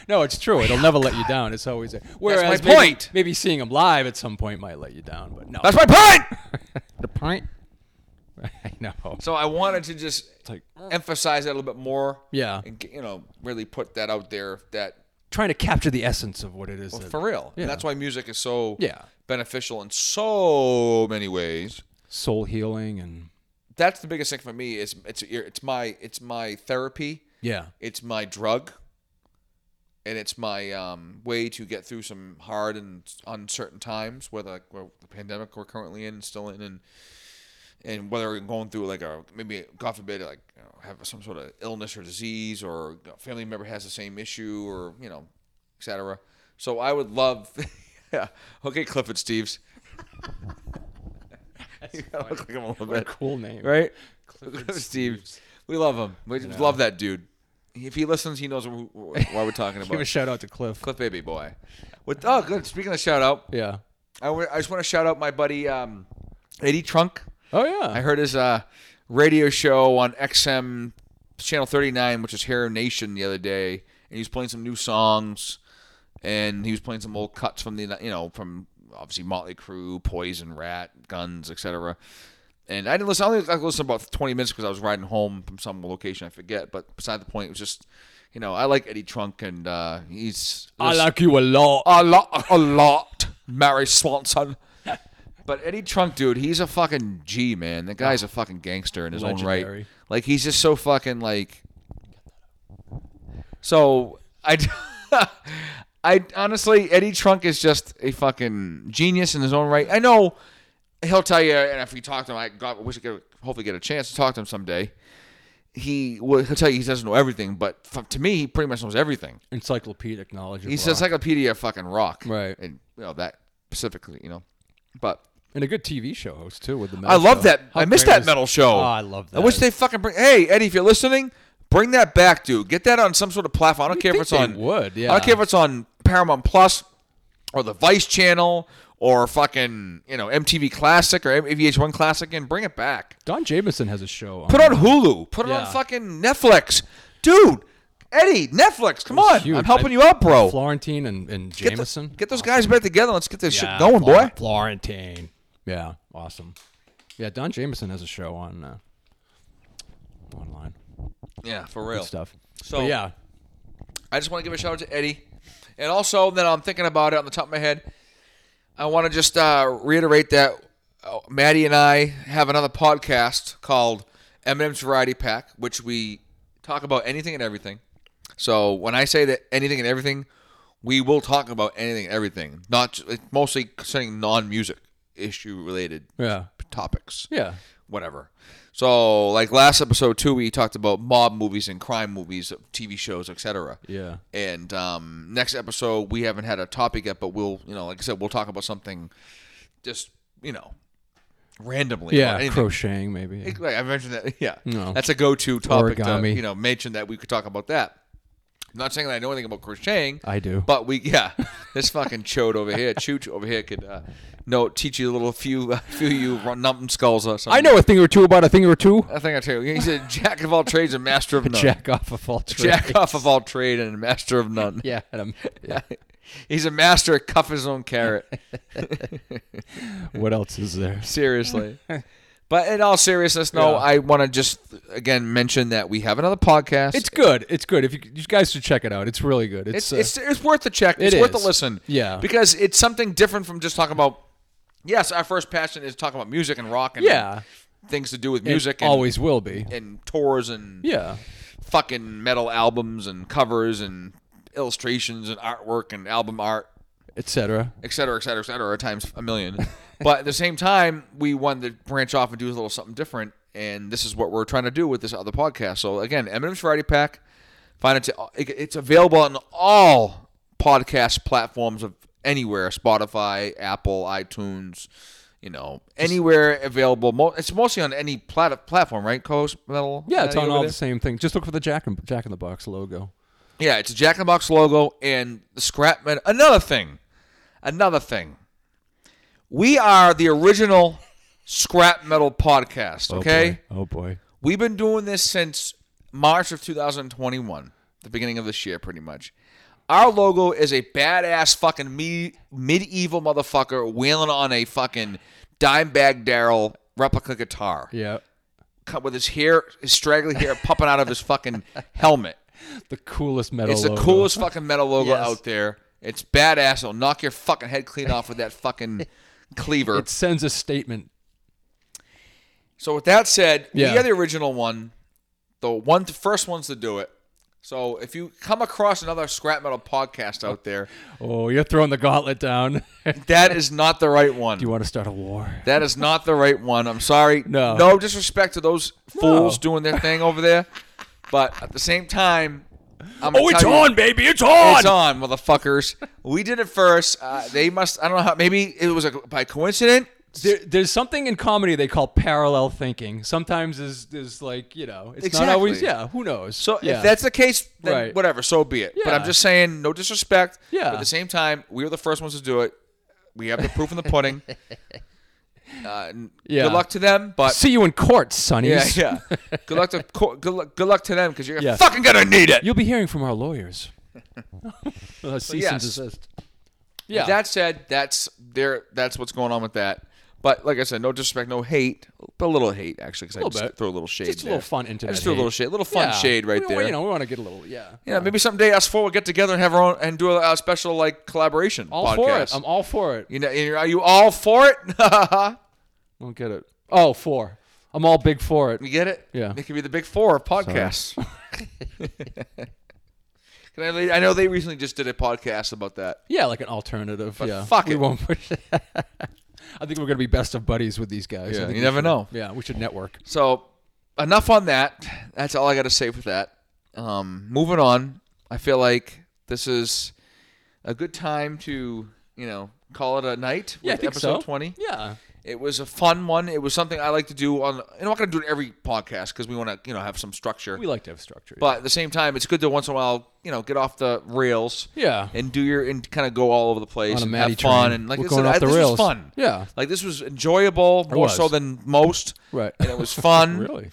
S2: No, it's true. It'll never let you down. It's always a, whereas
S1: my
S2: maybe-
S1: point.
S2: Maybe, seeing them live at some point might let you down, but no.
S1: That's my point.
S2: the point. I know.
S1: So I wanted to just
S2: like-
S1: emphasize that a little bit more.
S2: Yeah.
S1: And g- you know, really put that out there that
S2: Trying to capture the essence of what it is. that-
S1: for real.
S2: Yeah.
S1: And that's why music is so
S2: Yeah.
S1: beneficial in so many ways.
S2: soul healing and
S1: that's the biggest thing for me is it's it's my it's my therapy,
S2: yeah.
S1: it's my drug, and it's my um, way to get through some hard and uncertain times, whether like where the pandemic we're currently in and still in, and and whether we're going through like a maybe God forbid like you know, have some sort of illness or disease or a family member has the same issue or you know, etc. So I would love, yeah, okay, Clifford Steves. you gotta look like him a little bit
S2: Cool name.
S1: right? Steve, we love him. We love that dude. If he listens, he knows wh- wh- why we're talking
S2: Give a
S1: about.
S2: shout out to Cliff.
S1: Cliff Baby Boy. With oh, good. Speaking of shout out,
S2: Yeah.
S1: I wa- I just want to shout out my buddy um, Eddie Trunk.
S2: Oh yeah.
S1: I heard his uh, radio show on XM Channel 39, which is Hero Nation, the other day, and he was playing some new songs, and he was playing some old cuts from the you know from obviously Motley Crue, Poison, Rat, Guns, etc. And I didn't listen. I only I listened about 20 minutes because I was riding home from some location I forget. But beside the point, it was just you know I like Eddie Trunk, and uh, he's
S2: I like you a lot.
S1: a lot, a lot, Mary Swanson. But Eddie Trunk, dude, he's a fucking G, man. The guy's a fucking gangster in his own right.
S2: Legendary.
S1: Like he's just so fucking like. So I, I honestly, Eddie Trunk is just a fucking genius in his own right. I know he'll tell you, and if we talk to him, I God, wish I could hopefully get a chance to talk to him someday. He will. He'll tell you he doesn't know everything, but f- to me, he pretty much knows everything.
S2: Encyclopedic knowledge. of
S1: He's
S2: rock.
S1: an encyclopedia of fucking rock.
S2: Right.
S1: And you know that specifically, you know. But
S2: and a good TV show host too with the.
S1: I
S2: Metal
S1: love
S2: show.
S1: that.
S2: How
S1: I miss
S2: great
S1: that
S2: is-
S1: metal show.
S2: Oh, I love that.
S1: I wish they fucking bring Hey, Eddie, if you're listening, bring that back, dude. Get that on some sort of platform. I don't care if
S2: think
S1: it's
S2: they
S1: on
S2: would,
S1: I
S2: yeah.
S1: don't care if it's on Paramount Plus or the Vice channel or fucking, you know, MTV Classic or VH1 Classic and bring it back.
S2: Don Jameson has a show. On
S1: Put it on Hulu. Put it on
S2: Yeah.
S1: fucking Netflix. Dude, Eddie, Netflix, come on.
S2: huge.
S1: I'm helping
S2: I-
S1: you out, bro.
S2: Florentine and, and
S1: Get the-
S2: Jameson.
S1: Get, those guys back together. Let's get this
S2: Yeah,
S1: shit going,
S2: Flor-
S1: boy.
S2: Florentine. Yeah, awesome. Yeah, Don Jameson has a show on uh, online
S1: Yeah, for real.
S2: stuff.
S1: Oh. So-
S2: So yeah,
S1: I just want to give a shout out to Eddie. And also, then I'm thinking about it on the top of my head. I want to just uh, reiterate that oh, Maddie and I have another podcast called Eminem's Variety Pack, which we talk about anything and everything. So when I say that anything and everything, we will talk about anything and everything, not ju- it's mostly concerning non-music issue related
S2: Yeah.
S1: topics
S2: Yeah.
S1: whatever. So, like last episode too, we talked about mob movies and crime movies, TV shows, etc.
S2: Yeah.
S1: And um, next episode, we haven't had a topic yet, but we'll, you know, like I said, we'll talk about something, just you know, randomly. about
S2: Yeah.
S1: anything.
S2: Crocheting maybe. yeah.
S1: Like I mentioned that. Yeah,
S2: No.
S1: that's a go-to topic. To,
S2: Origami.
S1: you know, mention that we could talk about that. I'm not saying that I know anything about crocheting.
S2: I do.
S1: But we, yeah, this fucking chode over here, chooch over here, could uh, no teach you a little few, few you numbskulls or something.
S2: I know a thing or two about a thing or two.
S1: I think I tell you. He's a jack of all trades and master of none.
S2: Jack off of all trades.
S1: Jack off of all trade and a master of none.
S2: Yeah. Adam.
S1: He's a master at cuff his own carrot.
S2: what else is there?
S1: Seriously. But in all seriousness, no,
S2: Yeah.
S1: I want to just again mention that we have another podcast.
S2: It's good. It's good. If you, you guys should check it out, it's really good. It's,
S1: it's
S2: uh,
S1: it's, it's worth a check. It's
S2: it
S1: worth a
S2: is.
S1: listen.
S2: Yeah.
S1: Because it's something different from just talking about. Yes, our first passion is talking about music and rock and
S2: Yeah.
S1: things to do with music and,
S2: always will be.
S1: and tours and
S2: Yeah.
S1: fucking metal albums and covers and illustrations and artwork and album art,
S2: Etc.
S1: et cetera, et cetera, et cetera, times a million. but at the same time, we wanted to branch off and do a little something different. And this is what we're trying to do with this other podcast. So again, Eminem's Variety Pack. Find it. To, it- it's available on all podcast platforms of anywhere: Spotify, Apple, iTunes. You know, anywhere available. Mo- It's mostly on any plat- platform, right? Coast Metal.
S2: Yeah, it's
S1: Maddie,
S2: on
S1: over
S2: all
S1: there?
S2: the same thing. Just look for the Jack and Jack in the Box logo.
S1: Yeah, it's a Jack in the Box logo and the scrap metal. Another thing, another thing. We are the original scrap metal podcast. Okay,
S2: Oh boy.
S1: we've been doing this since March of 2021, the beginning of this year, pretty much. Our logo is a badass fucking me- medieval motherfucker wailing on a fucking dime bag Daryl replica guitar,
S2: Yeah.
S1: cut with his hair, his straggly hair popping out of his fucking helmet.
S2: The coolest metal.
S1: It's the
S2: logo.
S1: coolest fucking metal logo
S2: Yes.
S1: out there. It's badass. It'll knock your fucking head clean off with that fucking cleaver.
S2: It sends a statement.
S1: so with that said,
S2: Yeah.
S1: we are the original one, the one the first ones to do it. So if you come across another scrap metal podcast out there,
S2: Oh, you're throwing the gauntlet down. Do
S1: that is not the right one.
S2: you want to start a war?
S1: That is not the right one. I'm sorry.
S2: No.
S1: No disrespect to those fools
S2: No.
S1: doing their thing over there, but at the same time, I'm gonna
S2: Oh, it's
S1: tell you-
S2: on, baby. It's on.
S1: It's on, motherfuckers. We did it first. Uh, they must. I don't know how. Maybe it was a, by coincidence.
S2: There, there's something in comedy they call parallel thinking. Sometimes is is like you know, it's
S1: Exactly.
S2: not always. Yeah, who knows?
S1: So
S2: yeah.
S1: if that's the case, then
S2: Right.
S1: whatever. So be it. But I'm
S2: Yeah.
S1: just saying, no disrespect.
S2: Yeah.
S1: But at the same time, we were the first ones to do it. We have the proof in the pudding. Uh, yeah.
S2: Yeah.
S1: Good luck to them, but
S2: see you in court, Sonny.
S1: yeah, yeah. Good luck to co- good luck, good luck to them because you're
S2: Yeah.
S1: fucking gonna need it.
S2: You'll be hearing from our lawyers. uh, cease
S1: yes.
S2: and desist.
S1: With
S2: Yeah.
S1: That said, that's there. That's what's going on with that. But like I said, no disrespect, no hate, but a little hate actually. Because I
S2: Little
S1: just
S2: bit.
S1: throw a little shade.
S2: just a
S1: there.
S2: little fun internet.
S1: I just threw a
S2: hate.
S1: little shade, a little fun
S2: Yeah.
S1: shade right
S2: We-
S1: there.
S2: You know, uh, we want to get a little. Yeah.
S1: yeah, maybe someday us four will get together and have our own and do a, a special like collaboration.
S2: All
S1: podcast.
S2: for it. I'm all for it.
S1: you know, you- are you all for it?
S2: I don't get it. Oh, for. I'm all big for it.
S1: you get it?
S2: Yeah.
S1: It could be the big four of podcasts. Can I, lead- I know they recently just did a podcast about that.
S2: Yeah, like an alternative. yeah.
S1: fuck
S2: we
S1: it.
S2: won't push I think we're gonna be best of buddies with these guys. I
S1: Yeah,
S2: think
S1: you
S2: we
S1: never
S2: should-
S1: know.
S2: Yeah, we should network.
S1: So enough on that. That's all I got to say for that. Um, moving on, I feel like this is a good time to you know call it a night.
S2: Yeah, I
S1: with
S2: think
S1: episode
S2: so.
S1: twenty.
S2: Yeah.
S1: It was a fun one. It was something I like to do on. And I'm not going to do it every podcast because we want to, you know, have some structure.
S2: We like to have structure.
S1: But at the same time, it's good to once in a while, you know, get off the rails
S2: yeah.
S1: and do your and kind of go all over the place
S2: On a
S1: and
S2: Matty
S1: have fun.
S2: train.
S1: And like
S2: We're
S1: I
S2: going
S1: said, I,
S2: off the
S1: this was
S2: rails.
S1: fun.
S2: Yeah.
S1: Like this was enjoyable more
S2: was.
S1: so than most.
S2: Right.
S1: And it was fun.
S2: really.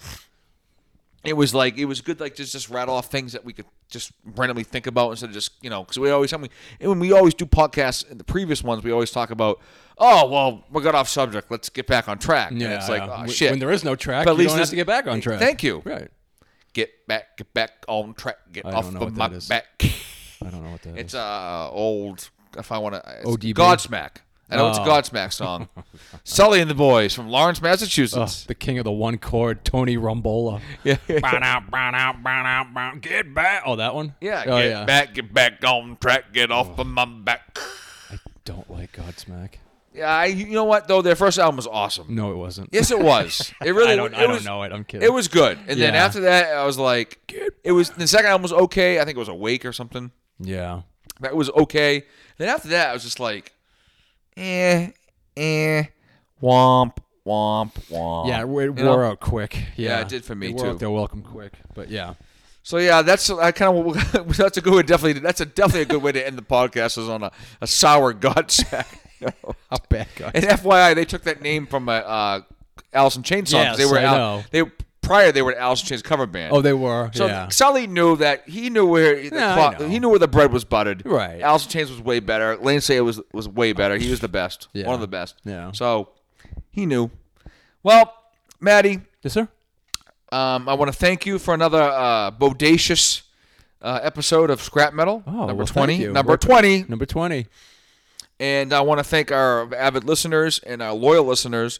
S1: It was like it was good, like just just rattle off things that we could just randomly think about instead of just you know because we always something and when we always do podcasts in the previous ones we always talk about oh well we got off subject let's get back on track and
S2: Yeah.
S1: it's like
S2: yeah.
S1: oh,
S2: Wh-
S1: shit
S2: When there is no track,
S1: But at
S2: you
S1: least
S2: don't have
S1: this-
S2: to get back on track.
S1: Thank you.
S2: Right.
S1: get back get back on track get
S2: I
S1: off
S2: don't know
S1: the
S2: what that
S1: muck
S2: is.
S1: back
S2: I don't know what that is.
S1: it's uh old if I want to
S2: ODB.
S1: Godsmack I know it's a
S2: Oh.
S1: Godsmack song. Sully and the Boys from Lawrence,
S2: Ugh,
S1: Massachusetts.
S2: the king of the one chord, Tony Rombola.
S1: Yeah.
S2: Bow, now, bow, now, bow, now, bow. Get back. Oh, that one?
S1: Yeah,
S2: Oh,
S1: get
S2: yeah. Oh.
S1: back, get back on track, get off of my back.
S2: I don't like Godsmack.
S1: Yeah, I, you know what though? Their first album was awesome.
S2: No, it wasn't.
S1: Yes, it was. It really.
S2: I don't,
S1: it
S2: I don't
S1: was-
S2: know it. I'm kidding.
S1: It was good, and then
S2: Yeah.
S1: after that, I was like, it was the second album was okay. I think it was Awake or something.
S2: yeah.
S1: That was okay. Then after that, I was just like, eh, eh, womp, womp, womp.
S2: Yeah, it wore
S1: You know?
S2: out quick. Yeah,
S1: it did for me,
S2: it wore
S1: too.
S2: out their welcome quick, but yeah,
S1: So yeah, that's I kind of that's a good way, definitely. That's a definitely a good way to end the podcast is on a, a sour gut sack.
S2: how bad God.
S1: And FYI, they took that name from a uh, Alice in Chains song. 'cause they
S2: Yes,
S1: were
S2: I
S1: Al-
S2: know.
S1: they prior they were an Alice in Chains cover band.
S2: Oh, they were.
S1: So
S2: yeah.
S1: Sully knew that he knew where the
S2: Yeah, I
S1: cloth-
S2: know.
S1: he knew where the bread was buttered.
S2: Right.
S1: Alice in Chains was way better. Lane Say was was way better. He was the best.
S2: Yeah.
S1: One of the best.
S2: Yeah.
S1: So he knew. Well, Maddie,
S2: Yes, sir.
S1: um, I want to thank you for another uh, bodacious uh, episode of Scrap Metal.
S2: Oh,
S1: number
S2: well, thank
S1: twenty.
S2: you.
S1: Number
S2: We're-
S1: twenty.
S2: Number twenty.
S1: And I want to thank our avid listeners and our loyal listeners.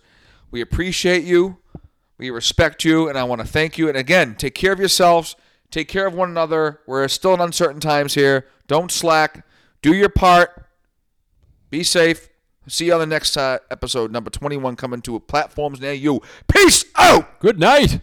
S1: We appreciate you. We respect you. And I want to thank you. And again, take care of yourselves. Take care of one another. We're still in uncertain times here. Don't slack. Do your part. Be safe. See you on the next uh, episode, number 21, coming to platforms near you. Peace out.
S2: Good night.